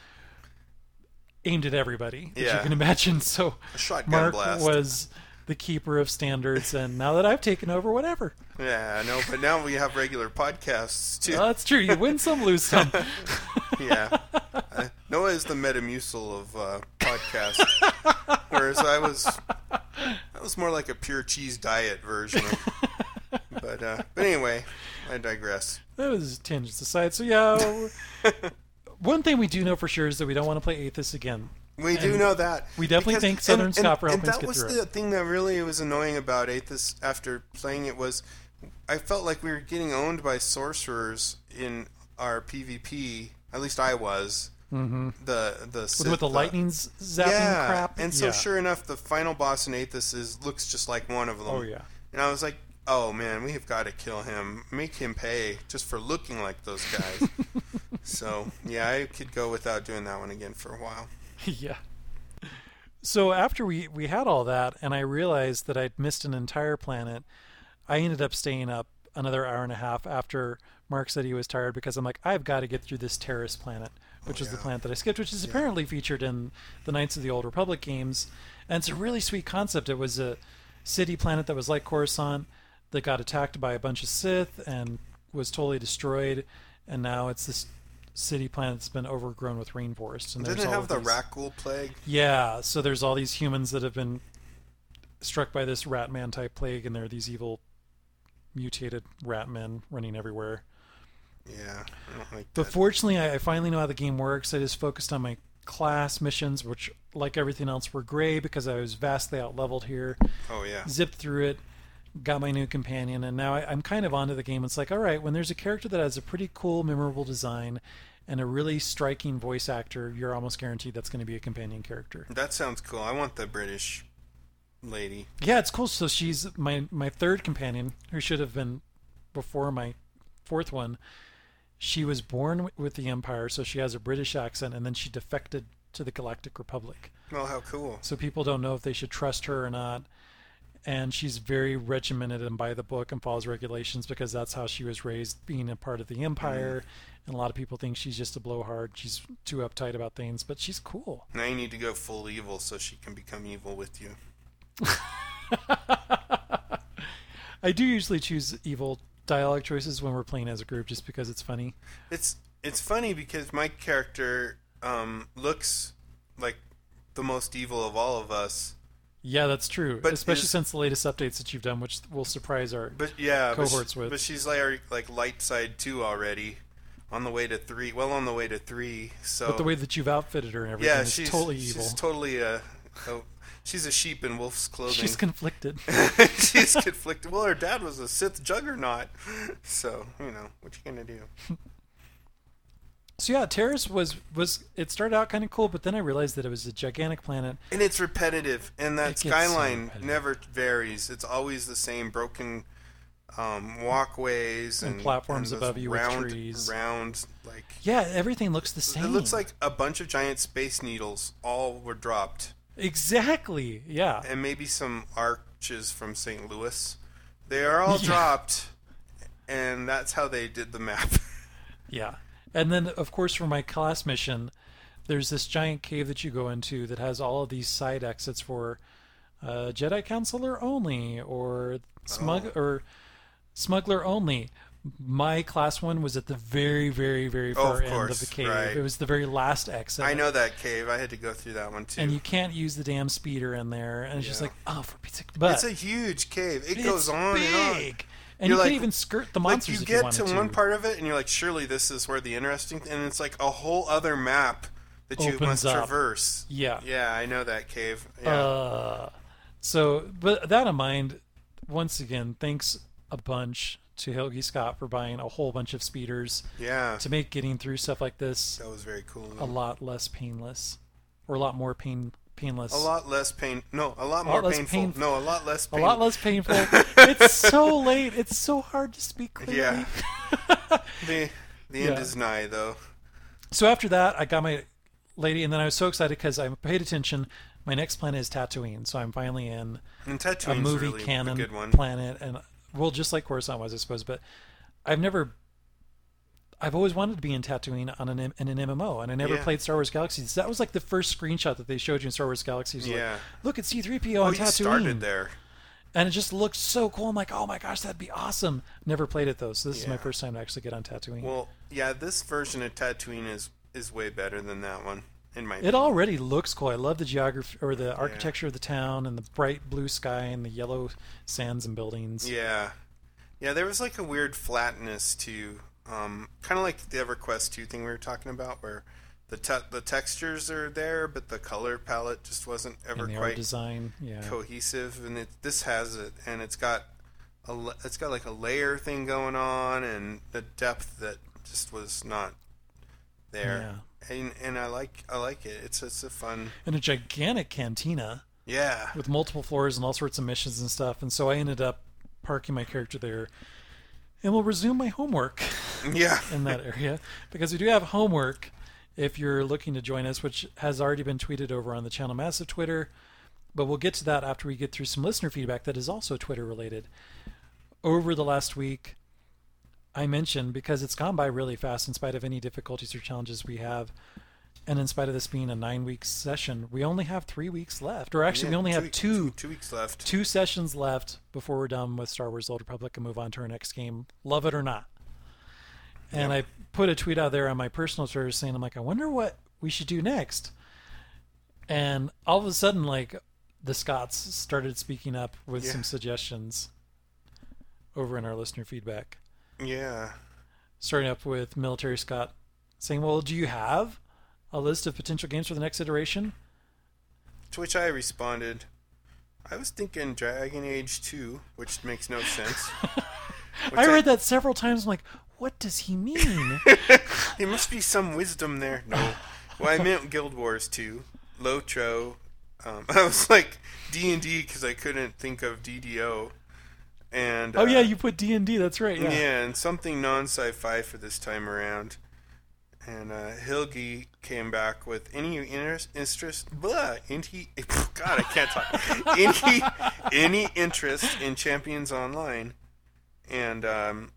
[SPEAKER 4] aimed at everybody, as
[SPEAKER 6] Yeah.
[SPEAKER 4] you can imagine. So
[SPEAKER 6] A shotgun
[SPEAKER 4] Mark
[SPEAKER 6] blast.
[SPEAKER 4] was the keeper of standards, and now that I've taken over, whatever.
[SPEAKER 6] Yeah, I know. But now we have regular podcasts too.
[SPEAKER 4] Well, that's true. You win some, lose some.
[SPEAKER 6] yeah. Uh, Noah is the Metamucil of uh, podcast, whereas I was I was more like a pure cheese diet version. Of, but uh, but anyway, I digress.
[SPEAKER 4] that was tangents aside. So yeah, one thing we do know for sure is that we don't want to play Aethys again.
[SPEAKER 6] We do
[SPEAKER 4] And
[SPEAKER 6] know that
[SPEAKER 4] we definitely thank Southern
[SPEAKER 6] and,
[SPEAKER 4] Scott for
[SPEAKER 6] and, and
[SPEAKER 4] helping us
[SPEAKER 6] that
[SPEAKER 4] get
[SPEAKER 6] was
[SPEAKER 4] through
[SPEAKER 6] the thing that really was annoying about Aethys after playing it was I felt like we were getting owned by sorcerers in our PvP. At least I was. Mm-hmm. The the
[SPEAKER 4] With, with the lightning z- zapping
[SPEAKER 6] yeah.
[SPEAKER 4] crap.
[SPEAKER 6] And so,
[SPEAKER 4] Yeah.
[SPEAKER 6] sure enough, the final boss in Aethys is looks just like one of them.
[SPEAKER 4] Oh, yeah.
[SPEAKER 6] And I was like, oh man, we have got to kill him. Make him pay just for looking like those guys. so yeah, I could go without doing that one again for a while.
[SPEAKER 4] yeah. So after we we had all that, and I realized that I'd missed an entire planet, I ended up staying up another hour and a half after Mark said he was tired because I'm like, I've got to get through this terrorist planet, which is the planet that I skipped, which is apparently featured in the Knights of the Old Republic games, and it's a really sweet concept. It was a city planet that was like Coruscant that got attacked by a bunch of Sith and was totally destroyed, and now it's this city planet that's been overgrown with rainforest. And
[SPEAKER 6] Didn't
[SPEAKER 4] there's
[SPEAKER 6] it
[SPEAKER 4] all
[SPEAKER 6] have
[SPEAKER 4] of
[SPEAKER 6] the
[SPEAKER 4] these-
[SPEAKER 6] Rakul plague?
[SPEAKER 4] yeah, so there's all these humans that have been struck by this rat man type plague, and there are these evil mutated rat men running everywhere.
[SPEAKER 6] Yeah, I don't like that.
[SPEAKER 4] But fortunately, I, I finally know how the game works. I just focused on my class missions, which, like everything else, were gray because I was vastly outleveled here.
[SPEAKER 6] Oh yeah.
[SPEAKER 4] Zipped through it, got my new companion, and now I, I'm kind of onto the game. It's like, all right, when there's a character that has a pretty cool, memorable design and a really striking voice actor, you're almost guaranteed that's going to be a companion character.
[SPEAKER 6] That sounds cool. I want the British lady.
[SPEAKER 4] Yeah, it's cool. So she's my my third companion, who should have been before my fourth one. She was born wi- with the Empire, so she has a British accent, and then she defected to the Galactic Republic.
[SPEAKER 6] Well, how cool.
[SPEAKER 4] So people don't know if they should trust her or not. And she's very regimented and by the book and follows regulations because that's how she was raised, being a part of the Empire. And a lot of people think she's just a blowhard. She's too uptight about things, but she's cool.
[SPEAKER 6] Now you need to go full evil so she can become evil with you.
[SPEAKER 4] I do usually choose evil dialogue choices when we're playing as a group just because it's funny.
[SPEAKER 6] It's it's funny because my character um, looks like the most evil of all of us.
[SPEAKER 4] Yeah, that's true.
[SPEAKER 6] But
[SPEAKER 4] Especially
[SPEAKER 6] is-
[SPEAKER 4] since the latest updates that you've done, which will surprise our.
[SPEAKER 6] But yeah, but she-
[SPEAKER 4] Cohorts with.
[SPEAKER 6] But she's like like light side two already, on the way to three. Well, on the way to three. So
[SPEAKER 4] But the way that you've outfitted her and everything
[SPEAKER 6] yeah,
[SPEAKER 4] is
[SPEAKER 6] she's
[SPEAKER 4] totally evil.
[SPEAKER 6] She's totally a, a she's a sheep in wolf's clothing.
[SPEAKER 4] she's conflicted.
[SPEAKER 6] she's conflicted. Well, her dad was a Sith juggernaut, so you know what you gonna do.
[SPEAKER 4] So yeah, Terrace was was it started out kind of cool, but then I realized that it was a gigantic planet.
[SPEAKER 6] And it's repetitive, and that
[SPEAKER 4] It gets so
[SPEAKER 6] skyline
[SPEAKER 4] repetitive.
[SPEAKER 6] never varies. It's always the same broken um, walkways and,
[SPEAKER 4] And platforms
[SPEAKER 6] those
[SPEAKER 4] above you with
[SPEAKER 6] round,
[SPEAKER 4] trees.
[SPEAKER 6] Round like
[SPEAKER 4] Yeah, everything looks the same.
[SPEAKER 6] it looks like a bunch of giant space needles all were dropped,
[SPEAKER 4] exactly. Yeah,
[SPEAKER 6] and maybe some arches from St. Louis. They are all dropped, and that's how they did the map.
[SPEAKER 4] yeah. And then of course for my class mission, there's this giant cave that you go into that has all of these side exits for uh, Jedi counselor only or smug
[SPEAKER 6] Oh.
[SPEAKER 4] or smuggler only. My class one was at the very, very, very
[SPEAKER 6] Oh,
[SPEAKER 4] far
[SPEAKER 6] of
[SPEAKER 4] end
[SPEAKER 6] course,
[SPEAKER 4] of the cave.
[SPEAKER 6] right.
[SPEAKER 4] It was the very last exit.
[SPEAKER 6] I know that cave. I had to go through that one too.
[SPEAKER 4] and you can't use the damn speeder in there. And it's just
[SPEAKER 6] Yeah.
[SPEAKER 4] like, oh, for pizza. But
[SPEAKER 6] it's a huge cave. It
[SPEAKER 4] it's
[SPEAKER 6] goes on
[SPEAKER 4] big.
[SPEAKER 6] and on.
[SPEAKER 4] And
[SPEAKER 6] You're
[SPEAKER 4] you
[SPEAKER 6] like-
[SPEAKER 4] can even skirt the
[SPEAKER 6] Like
[SPEAKER 4] monsters
[SPEAKER 6] you
[SPEAKER 4] if you
[SPEAKER 6] get
[SPEAKER 4] wanted
[SPEAKER 6] to
[SPEAKER 4] to.
[SPEAKER 6] one part of it and you're like, surely this is where the interesting, and it's like a whole other map that you
[SPEAKER 4] Opens
[SPEAKER 6] must
[SPEAKER 4] up.
[SPEAKER 6] traverse.
[SPEAKER 4] Yeah.
[SPEAKER 6] Yeah, I know that cave. Yeah.
[SPEAKER 4] Uh, so, but that in mind, once again, thanks a bunch to Helgi Scott for buying a whole bunch of speeders
[SPEAKER 6] yeah.
[SPEAKER 4] to make getting through stuff like this
[SPEAKER 6] That was very cool.
[SPEAKER 4] a lot less painless, or a lot more pain painless.
[SPEAKER 6] A lot less pain. No, a lot
[SPEAKER 4] A
[SPEAKER 6] more
[SPEAKER 4] lot less
[SPEAKER 6] painful.
[SPEAKER 4] painful.
[SPEAKER 6] No, a lot less
[SPEAKER 4] A
[SPEAKER 6] pain.
[SPEAKER 4] lot less painful. it's so late. It's so hard to speak clearly.
[SPEAKER 6] Yeah. The, the end
[SPEAKER 4] Yeah.
[SPEAKER 6] is nigh, though.
[SPEAKER 4] So after that, I got my lady, and then I was so excited because I paid attention. My next planet is Tatooine, so I'm finally in
[SPEAKER 6] And Tatooine's
[SPEAKER 4] a movie
[SPEAKER 6] really
[SPEAKER 4] canon
[SPEAKER 6] a good one.
[SPEAKER 4] planet, and well, just like Coruscant was, I suppose. But I've never, I've always wanted to be in Tatooine on an M- in an MMO, and I never
[SPEAKER 6] Yeah.
[SPEAKER 4] played Star Wars Galaxies. That was like the first screenshot that they showed you in Star Wars Galaxies. like,
[SPEAKER 6] Yeah.
[SPEAKER 4] Look at C-3PO
[SPEAKER 6] oh,
[SPEAKER 4] on
[SPEAKER 6] you
[SPEAKER 4] Tatooine,
[SPEAKER 6] started there.
[SPEAKER 4] and it just looked so cool. I'm like, oh my gosh, that'd be awesome. Never played it though, so this is my
[SPEAKER 6] Yeah.
[SPEAKER 4] first time to actually get on Tatooine.
[SPEAKER 6] Well, yeah, this version of Tatooine is, is way better than that one, in my
[SPEAKER 4] It already looks cool. I love the geography or the architecture of the town and the bright blue sky and the yellow sands and buildings.
[SPEAKER 6] Yeah. Yeah, there was like a weird flatness to um kind of like the EverQuest 2 thing we were talking about where the te- the textures are there but the color palette just wasn't ever
[SPEAKER 4] and the art
[SPEAKER 6] quite
[SPEAKER 4] design, yeah.
[SPEAKER 6] cohesive and it this has it and it's got a la- it's got like a layer thing going on and the depth that just was not there. And and I like I like it. It's it's a fun.
[SPEAKER 4] And a gigantic cantina
[SPEAKER 6] Yeah.
[SPEAKER 4] with multiple floors and all sorts of missions and stuff. And so I ended up parking my character there, and will resume my homework
[SPEAKER 6] Yeah.
[SPEAKER 4] in that area because we do have homework. If you're looking to join us, which has already been tweeted over on the Channel Massive Twitter, but we'll get to that after we get through some listener feedback that is also Twitter related. Over the last week, I mentioned because it's gone by really fast in spite of any difficulties or challenges we have, and in spite of this being a nine week session, we only have three weeks left. Or actually,
[SPEAKER 6] Yeah,
[SPEAKER 4] we only have
[SPEAKER 6] weeks-
[SPEAKER 4] two
[SPEAKER 6] two weeks left.
[SPEAKER 4] two sessions left before we're done with Star Wars: The Old Republic and move on to our next game, love it or not. And I put a tweet out there on my personal Twitter saying, "I'm like, I wonder what we should do next." And all of a sudden, like the Scots started speaking up with
[SPEAKER 6] Yeah.
[SPEAKER 4] some suggestions over in our listener feedback
[SPEAKER 6] Yeah.
[SPEAKER 4] starting up with military Scott saying, "Well, do you have a list of potential games for the next iteration.
[SPEAKER 6] To which I responded, I was thinking Dragon Age 2, which makes no sense. Which
[SPEAKER 4] I read that several times. I'm like, what does he mean?
[SPEAKER 6] There must be some wisdom there. No. well, I meant Guild Wars 2, Lotro. Um, I was like D&D because I couldn't think of DDO. And
[SPEAKER 4] oh
[SPEAKER 6] uh,
[SPEAKER 4] yeah, you put D and D. That's right.
[SPEAKER 6] Yeah.
[SPEAKER 4] Yeah.
[SPEAKER 6] and something non sci-fi for this time around. And uh, Hilgi came back with any interest, interest blah, any, God, I can't talk. any, any interest in Champions Online. And um,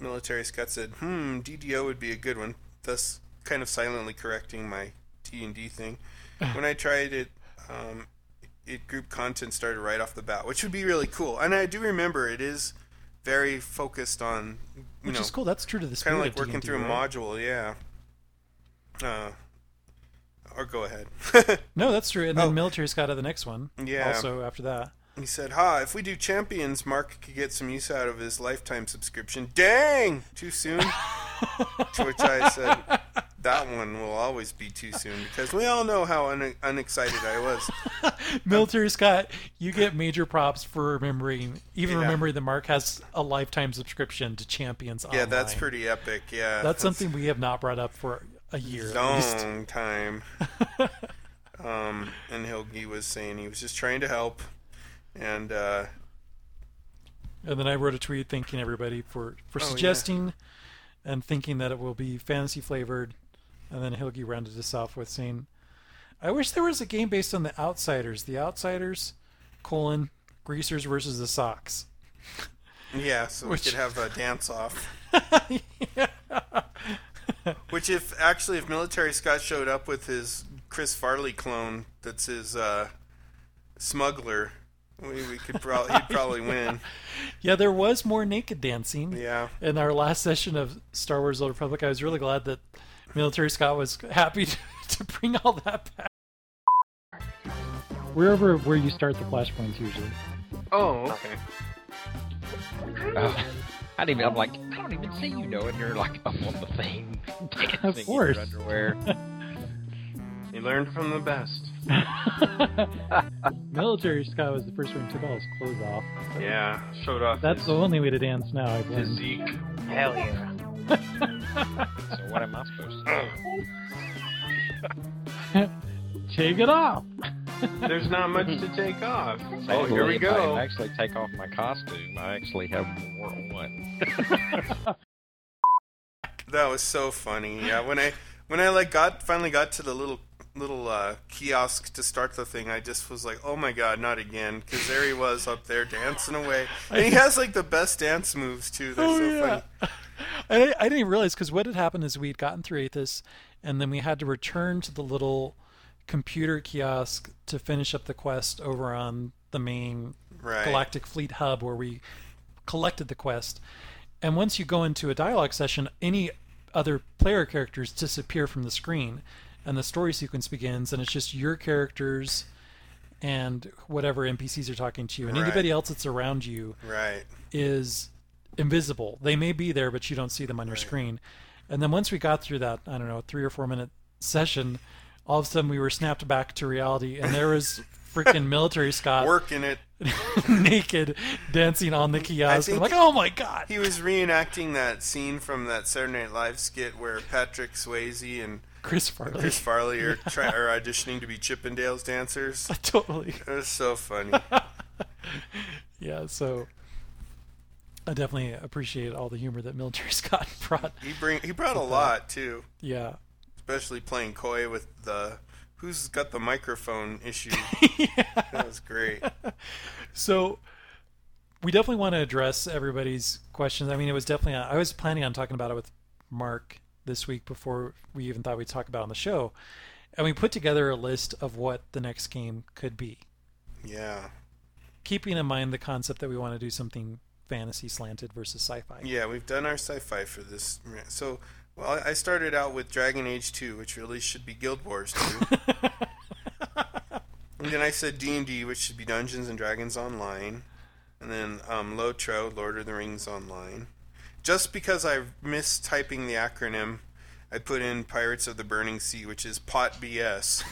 [SPEAKER 6] Military Scott said, hmm, DDO would be a good one, thus kind of silently correcting my D&D thing.
[SPEAKER 4] Ah.
[SPEAKER 6] When I tried it, um, it group content started right off the bat, which would be really cool. And I do remember it is very focused on you
[SPEAKER 4] Which
[SPEAKER 6] know
[SPEAKER 4] is cool. That's true to the spirit
[SPEAKER 6] kind of like
[SPEAKER 4] of
[SPEAKER 6] working
[SPEAKER 4] D&D,
[SPEAKER 6] through a
[SPEAKER 4] right?
[SPEAKER 6] module, yeah. Uh, or go ahead.
[SPEAKER 4] No, that's true. And then
[SPEAKER 6] Oh.
[SPEAKER 4] military's got the next one.
[SPEAKER 6] Yeah.
[SPEAKER 4] Also after that.
[SPEAKER 6] he said, "Ha! If we do champions, Mark could get some use out of his lifetime subscription." Dang! Too soon. to which I said, "That one will always be too soon because we all know how un- unexcited I was."
[SPEAKER 4] Military Scott, you get major props for remembering, even
[SPEAKER 6] Yeah.
[SPEAKER 4] remembering that Mark has a lifetime subscription to Champions
[SPEAKER 6] Yeah, that's
[SPEAKER 4] Online.
[SPEAKER 6] pretty epic. Yeah,
[SPEAKER 4] That's something we have not brought up for a year. at least.
[SPEAKER 6] long time. um, and Hilgi was saying he was just trying to help, and uh,
[SPEAKER 4] And then I wrote a tweet thanking everybody for for
[SPEAKER 6] Oh, yeah.
[SPEAKER 4] suggesting and thinking that it will be fantasy flavored. And then Hilgi rounded us off with saying, "I wish there was a game based on the Outsiders. The Outsiders, colon Greasers versus the Sox."
[SPEAKER 6] yeah, so
[SPEAKER 4] Which-
[SPEAKER 6] we could have a dance off. Which, if actually, if Military Scott showed up with his Chris Farley clone, that's his uh, smuggler, we, we could probably he'd probably win.
[SPEAKER 4] Yeah, there was more naked dancing.
[SPEAKER 6] Yeah.
[SPEAKER 4] in our last session of Star Wars: The Old Republic, I was really glad that Military Scott was happy to, to bring all that back.
[SPEAKER 5] Wherever where you start the flashpoints usually.
[SPEAKER 1] Oh, okay.
[SPEAKER 2] Uh, I didn't even. I'm like, I don't even see you know, and you're like up on the thing, dancing
[SPEAKER 5] course.
[SPEAKER 2] in your underwear.
[SPEAKER 1] You learned from the best.
[SPEAKER 5] Military Scott was the first one who took all his clothes off.
[SPEAKER 1] Yeah, showed off
[SPEAKER 5] That's
[SPEAKER 1] his
[SPEAKER 5] the only way to dance now. I blame.
[SPEAKER 1] physique.
[SPEAKER 3] Hell yeah.
[SPEAKER 2] So what am I supposed to?
[SPEAKER 5] Take it off.
[SPEAKER 1] There's not much to take off.
[SPEAKER 2] do?
[SPEAKER 1] Oh, here we
[SPEAKER 2] If I
[SPEAKER 1] go.
[SPEAKER 2] actually take off my costume. I actually have more on.
[SPEAKER 6] That was so funny. Yeah, when I when I like got finally got to the little little uh, kiosk to start the thing, I just was like, "Oh my god, not again!" Because there he was up there dancing away, and he has like the best dance moves too.
[SPEAKER 4] Oh,
[SPEAKER 6] They're so funny.
[SPEAKER 4] And I, I didn't even because what had happened is we'd gotten through Aethys, and then we had to return to the little computer kiosk to finish up the quest over on the main
[SPEAKER 6] Right.
[SPEAKER 4] Galactic Fleet Hub where we collected the quest. And once you go into a dialogue session, any other player characters disappear from the screen, and the story sequence begins, and it's just your characters and whatever NPCs are talking to you, and
[SPEAKER 6] Right.
[SPEAKER 4] anybody else that's around you
[SPEAKER 6] Right.
[SPEAKER 4] is invisible. They may be there, but you don't see them on your screen. And then once we got through that, I don't know, three or four minute session, all of a sudden we were snapped back to reality, and there was freaking military Scott
[SPEAKER 6] Working it.
[SPEAKER 4] naked dancing on the kiosk.
[SPEAKER 6] think-
[SPEAKER 4] I'm like, oh my god!
[SPEAKER 6] He was reenacting that scene from that Saturday Night Live skit where Patrick Swayze and
[SPEAKER 4] Chris Farley.
[SPEAKER 6] Chris Farley are, try, are auditioning to be Chippendales dancers.
[SPEAKER 4] totally.
[SPEAKER 6] It was so funny.
[SPEAKER 4] Yeah, so I definitely appreciate all the humor that Military Scott brought.
[SPEAKER 6] He bring he brought a lot too.
[SPEAKER 4] Yeah.
[SPEAKER 6] especially playing coy with the who's got the microphone issue. That was great.
[SPEAKER 4] So we definitely want to address everybody's questions. I mean, it was definitely I was planning on talking about it with Mark this week before we even thought we'd talk about it on the show. And we put together a list of what the next game could be.
[SPEAKER 6] Yeah,
[SPEAKER 4] Keeping in mind the concept that we want to do something fantasy slanted versus sci-fi.
[SPEAKER 6] yeah, we've done our sci-fi for this. ra- So, well, I started out with Dragon Age Two, which really should be Guild Wars Two. and then I said D and D, which should be Dungeons and Dragons Online. And then um, Lotro, Lord of the Rings Online. Just because I missed typing the acronym, I put in Pirates of the Burning Sea, which is pot BS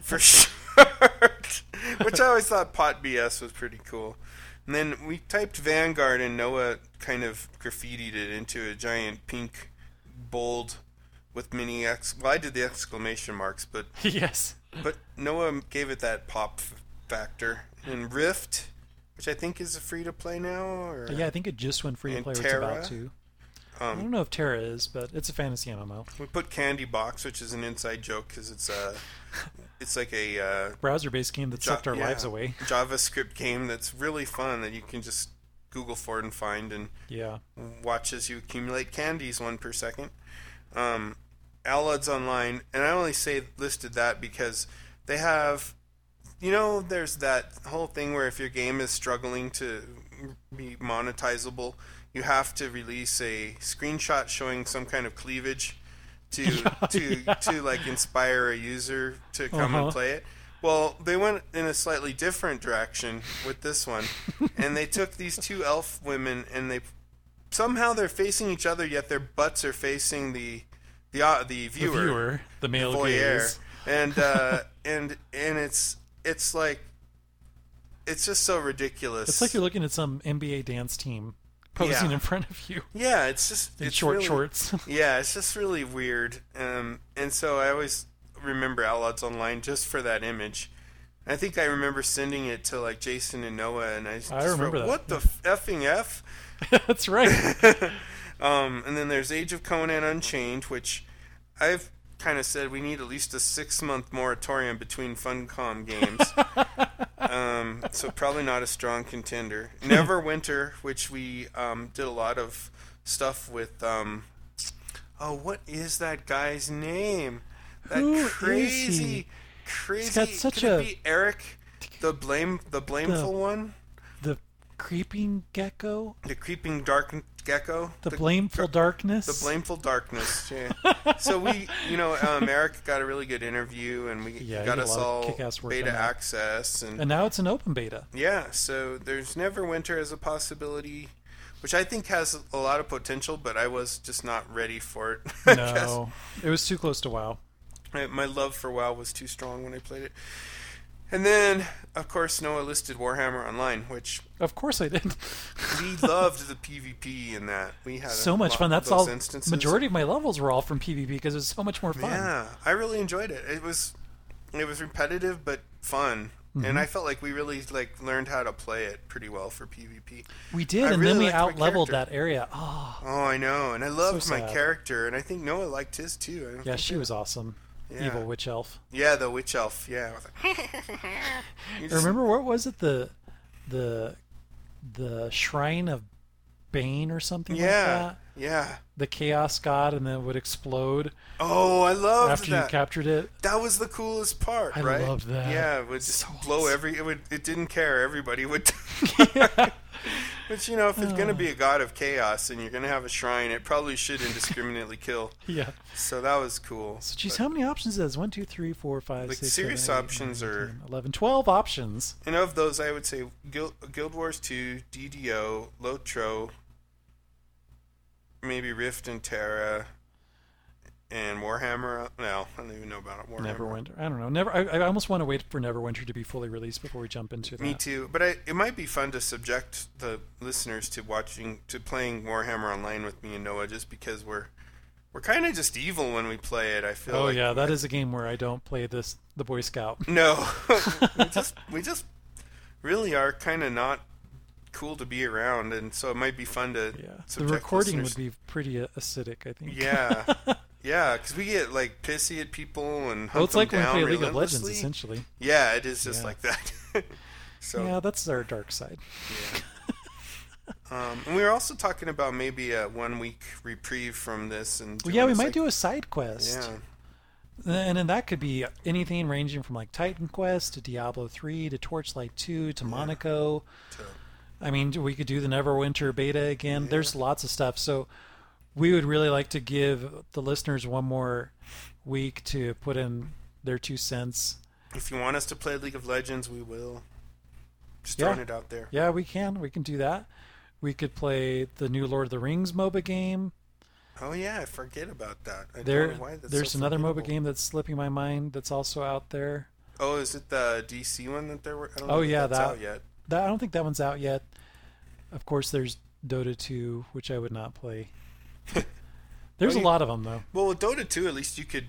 [SPEAKER 6] for short. which I always thought pot BS was pretty cool. And then we typed Vanguard, and Noah kind of graffitied it into a giant pink bold with mini ex. Well, I did the exclamation marks, but
[SPEAKER 4] yes.
[SPEAKER 6] but Noah gave it that pop f- factor. And Rift, which I think is a free to play now, or
[SPEAKER 4] Yeah, I think it just went free to
[SPEAKER 6] And
[SPEAKER 4] play. or It's about
[SPEAKER 6] Terra?
[SPEAKER 4] to. I
[SPEAKER 6] um,
[SPEAKER 4] don't know if Terra is, but it's a fantasy MMO.
[SPEAKER 6] we put Candy Box, which is an inside joke because it's a it's like a uh,
[SPEAKER 4] Browser-based game that
[SPEAKER 6] Ja-
[SPEAKER 4] sucked our
[SPEAKER 6] yeah,
[SPEAKER 4] lives away.
[SPEAKER 6] JavaScript game that's really fun that you can just Google for and find and
[SPEAKER 4] Yeah.
[SPEAKER 6] watch as you accumulate candies one per second. Um, Allods Online, and I only say listed that because they have, you know, there's that whole thing where if your game is struggling to be monetizable, you have to release a screenshot showing some kind of cleavage to to to like inspire a user to come
[SPEAKER 4] Uh-huh.
[SPEAKER 6] and play it. Well, they went in a slightly different direction with this one, and they took these two elf women and they somehow they're facing each other, yet their butts are facing the the uh, the
[SPEAKER 4] The
[SPEAKER 6] viewer,
[SPEAKER 4] viewer, the male
[SPEAKER 6] voyeur,
[SPEAKER 4] gaze.
[SPEAKER 6] and uh, and and it's it's like it's just so ridiculous.
[SPEAKER 4] It's like you're looking at some NBA dance team posing
[SPEAKER 6] Yeah.
[SPEAKER 4] in front of you
[SPEAKER 6] yeah, it's just
[SPEAKER 4] in
[SPEAKER 6] it's
[SPEAKER 4] short
[SPEAKER 6] really-
[SPEAKER 4] shorts.
[SPEAKER 6] Yeah, it's just really weird. Um, and so I always remember Outlaws Online just for that image. I think I remember sending it to like Jason and Noah, and I, just
[SPEAKER 4] remember
[SPEAKER 6] wrote,
[SPEAKER 4] that.
[SPEAKER 6] What the f- effing f?
[SPEAKER 4] That's right.
[SPEAKER 6] um, and then there's Age of Conan Unchained, which I've kind of said we need at least a six month moratorium between Funcom games. um, so probably not a strong contender. Neverwinter, which we um, did a lot of stuff with. Um, oh, what is that guy's name? That
[SPEAKER 4] Who is
[SPEAKER 6] crazy,
[SPEAKER 4] he?
[SPEAKER 6] crazy.
[SPEAKER 4] got such
[SPEAKER 6] could
[SPEAKER 4] a-
[SPEAKER 6] it be Eric, the blame, the blameful one,
[SPEAKER 4] The creeping gecko,
[SPEAKER 6] the creeping dark gecko,
[SPEAKER 4] the, blameful darkness.
[SPEAKER 6] the blameful darkness. Yeah. so we, you know, um, Eric got a really good interview, and we
[SPEAKER 4] Yeah, he
[SPEAKER 6] got
[SPEAKER 4] did a
[SPEAKER 6] us
[SPEAKER 4] lot of
[SPEAKER 6] all
[SPEAKER 4] kick-ass work
[SPEAKER 6] beta
[SPEAKER 4] on that.
[SPEAKER 6] access, and,
[SPEAKER 4] And now it's an open beta.
[SPEAKER 6] yeah. So there's Neverwinter as a possibility, which I think has a lot of potential, but I was just not ready for it. I guess.
[SPEAKER 4] No, it was too close to WoW.
[SPEAKER 6] My, my love for WoW was too strong when I played it. And then, of course, Noah listed Warhammer Online, which
[SPEAKER 4] Of course I did.
[SPEAKER 6] we loved the PvP in that. We had
[SPEAKER 4] so
[SPEAKER 6] a
[SPEAKER 4] much
[SPEAKER 6] lot
[SPEAKER 4] fun.
[SPEAKER 6] of
[SPEAKER 4] That's
[SPEAKER 6] those
[SPEAKER 4] all.
[SPEAKER 6] Instances.
[SPEAKER 4] Majority of my levels were all from PvP because it was so much more fun.
[SPEAKER 6] Yeah, I really enjoyed it. It was it was repetitive but fun.
[SPEAKER 4] Mm-hmm.
[SPEAKER 6] And I felt like we really like learned how to play it pretty well for PvP.
[SPEAKER 4] We did,
[SPEAKER 6] I
[SPEAKER 4] and
[SPEAKER 6] really
[SPEAKER 4] then we
[SPEAKER 6] liked
[SPEAKER 4] out
[SPEAKER 6] my
[SPEAKER 4] leveled
[SPEAKER 6] character.
[SPEAKER 4] that area. Oh,
[SPEAKER 6] Oh, I know, and I loved my
[SPEAKER 4] sad.
[SPEAKER 6] character, and I think Noah liked his too. I don't
[SPEAKER 4] yeah,
[SPEAKER 6] think-
[SPEAKER 4] she was awesome.
[SPEAKER 6] Yeah.
[SPEAKER 4] Evil witch elf.
[SPEAKER 6] yeah, the witch elf. Yeah, I was like, You just-
[SPEAKER 4] Remember what was it the the the shrine of Bane or something like
[SPEAKER 6] Yeah,
[SPEAKER 4] that?
[SPEAKER 6] yeah.
[SPEAKER 4] The chaos god, and then it would explode
[SPEAKER 6] Oh, I loved
[SPEAKER 4] after
[SPEAKER 6] that.
[SPEAKER 4] you captured it.
[SPEAKER 6] that was the coolest part,
[SPEAKER 4] I
[SPEAKER 6] right?
[SPEAKER 4] loved that.
[SPEAKER 6] Yeah, it would just
[SPEAKER 4] So
[SPEAKER 6] blow
[SPEAKER 4] awesome.
[SPEAKER 6] every. It would. It didn't care. Everybody would. But you know, if it's
[SPEAKER 4] Uh.
[SPEAKER 6] gonna be a god of chaos and you're gonna have a shrine, it probably should indiscriminately kill.
[SPEAKER 4] Yeah.
[SPEAKER 6] So that was cool.
[SPEAKER 4] So, geez, how many options is this? One, two, three, four, five,
[SPEAKER 6] Like,
[SPEAKER 4] six,
[SPEAKER 6] serious
[SPEAKER 4] seven, eight,
[SPEAKER 6] options
[SPEAKER 4] nine,
[SPEAKER 6] are-
[SPEAKER 4] 10, 11, 12 options.
[SPEAKER 6] And of those, I would say Guild, Guild Wars 2, DDO, Lotro, maybe Rift and Terra, and Warhammer. No, I don't even know about Warhammer.
[SPEAKER 4] Neverwinter. I don't know. Never. I, I almost want to wait for Neverwinter to be fully released before we jump into that.
[SPEAKER 6] Me too. But I, it might be fun to subject the listeners to watching to playing Warhammer Online with me and Noah, just because we're we're kind of just evil when we play it. I feel.
[SPEAKER 4] Oh
[SPEAKER 6] like.
[SPEAKER 4] yeah, that is a game where I don't play this the Boy Scout.
[SPEAKER 6] No, we just we just really are kind of not cool to be around, and so it might be fun to
[SPEAKER 4] Yeah. The
[SPEAKER 6] subject
[SPEAKER 4] recording
[SPEAKER 6] listeners-
[SPEAKER 4] would be pretty uh, acidic, I think.
[SPEAKER 6] yeah, yeah, because we get like pissy at people and hunt
[SPEAKER 4] Well, it's
[SPEAKER 6] them
[SPEAKER 4] like when we
[SPEAKER 6] down
[SPEAKER 4] play League of Legends,
[SPEAKER 6] relentlessly.
[SPEAKER 4] essentially.
[SPEAKER 6] Yeah, it is just
[SPEAKER 4] Yeah.
[SPEAKER 6] like that. so,
[SPEAKER 4] Yeah, that's our dark side.
[SPEAKER 6] um, and we were also talking about maybe a one week reprieve from this, and
[SPEAKER 4] Well, yeah, we
[SPEAKER 6] doing
[SPEAKER 4] might
[SPEAKER 6] this,
[SPEAKER 4] do a side quest,
[SPEAKER 6] like- Yeah.
[SPEAKER 4] and then that could be anything ranging from like Titan Quest to Diablo three to Torchlight two to Monaco. I mean, we could do the Neverwinter beta again. There's lots of stuff. So we would really like to give the listeners one more week to put in their two cents.
[SPEAKER 6] If you want us to play League of Legends, we will. Just
[SPEAKER 4] Yeah.
[SPEAKER 6] throwing it out there.
[SPEAKER 4] Yeah, we can. We can do that. We could play the new Lord of the Rings MOBA game.
[SPEAKER 6] Oh yeah, I forget about that. I don't
[SPEAKER 4] There,
[SPEAKER 6] know why that's
[SPEAKER 4] there's
[SPEAKER 6] so
[SPEAKER 4] another MOBA
[SPEAKER 6] forgettable.
[SPEAKER 4] game that's slipping my mind that's also out there.
[SPEAKER 6] Oh, is it the DC one that there were? I don't
[SPEAKER 4] Oh,
[SPEAKER 6] know if
[SPEAKER 4] yeah,
[SPEAKER 6] that's
[SPEAKER 4] that-
[SPEAKER 6] out yet.
[SPEAKER 4] That, I don't think that one's out yet. Of course, there's Dota 2, which I would not play. There's
[SPEAKER 6] Well,
[SPEAKER 4] a
[SPEAKER 6] you-
[SPEAKER 4] lot of them though.
[SPEAKER 6] Well, with Dota 2, at least you could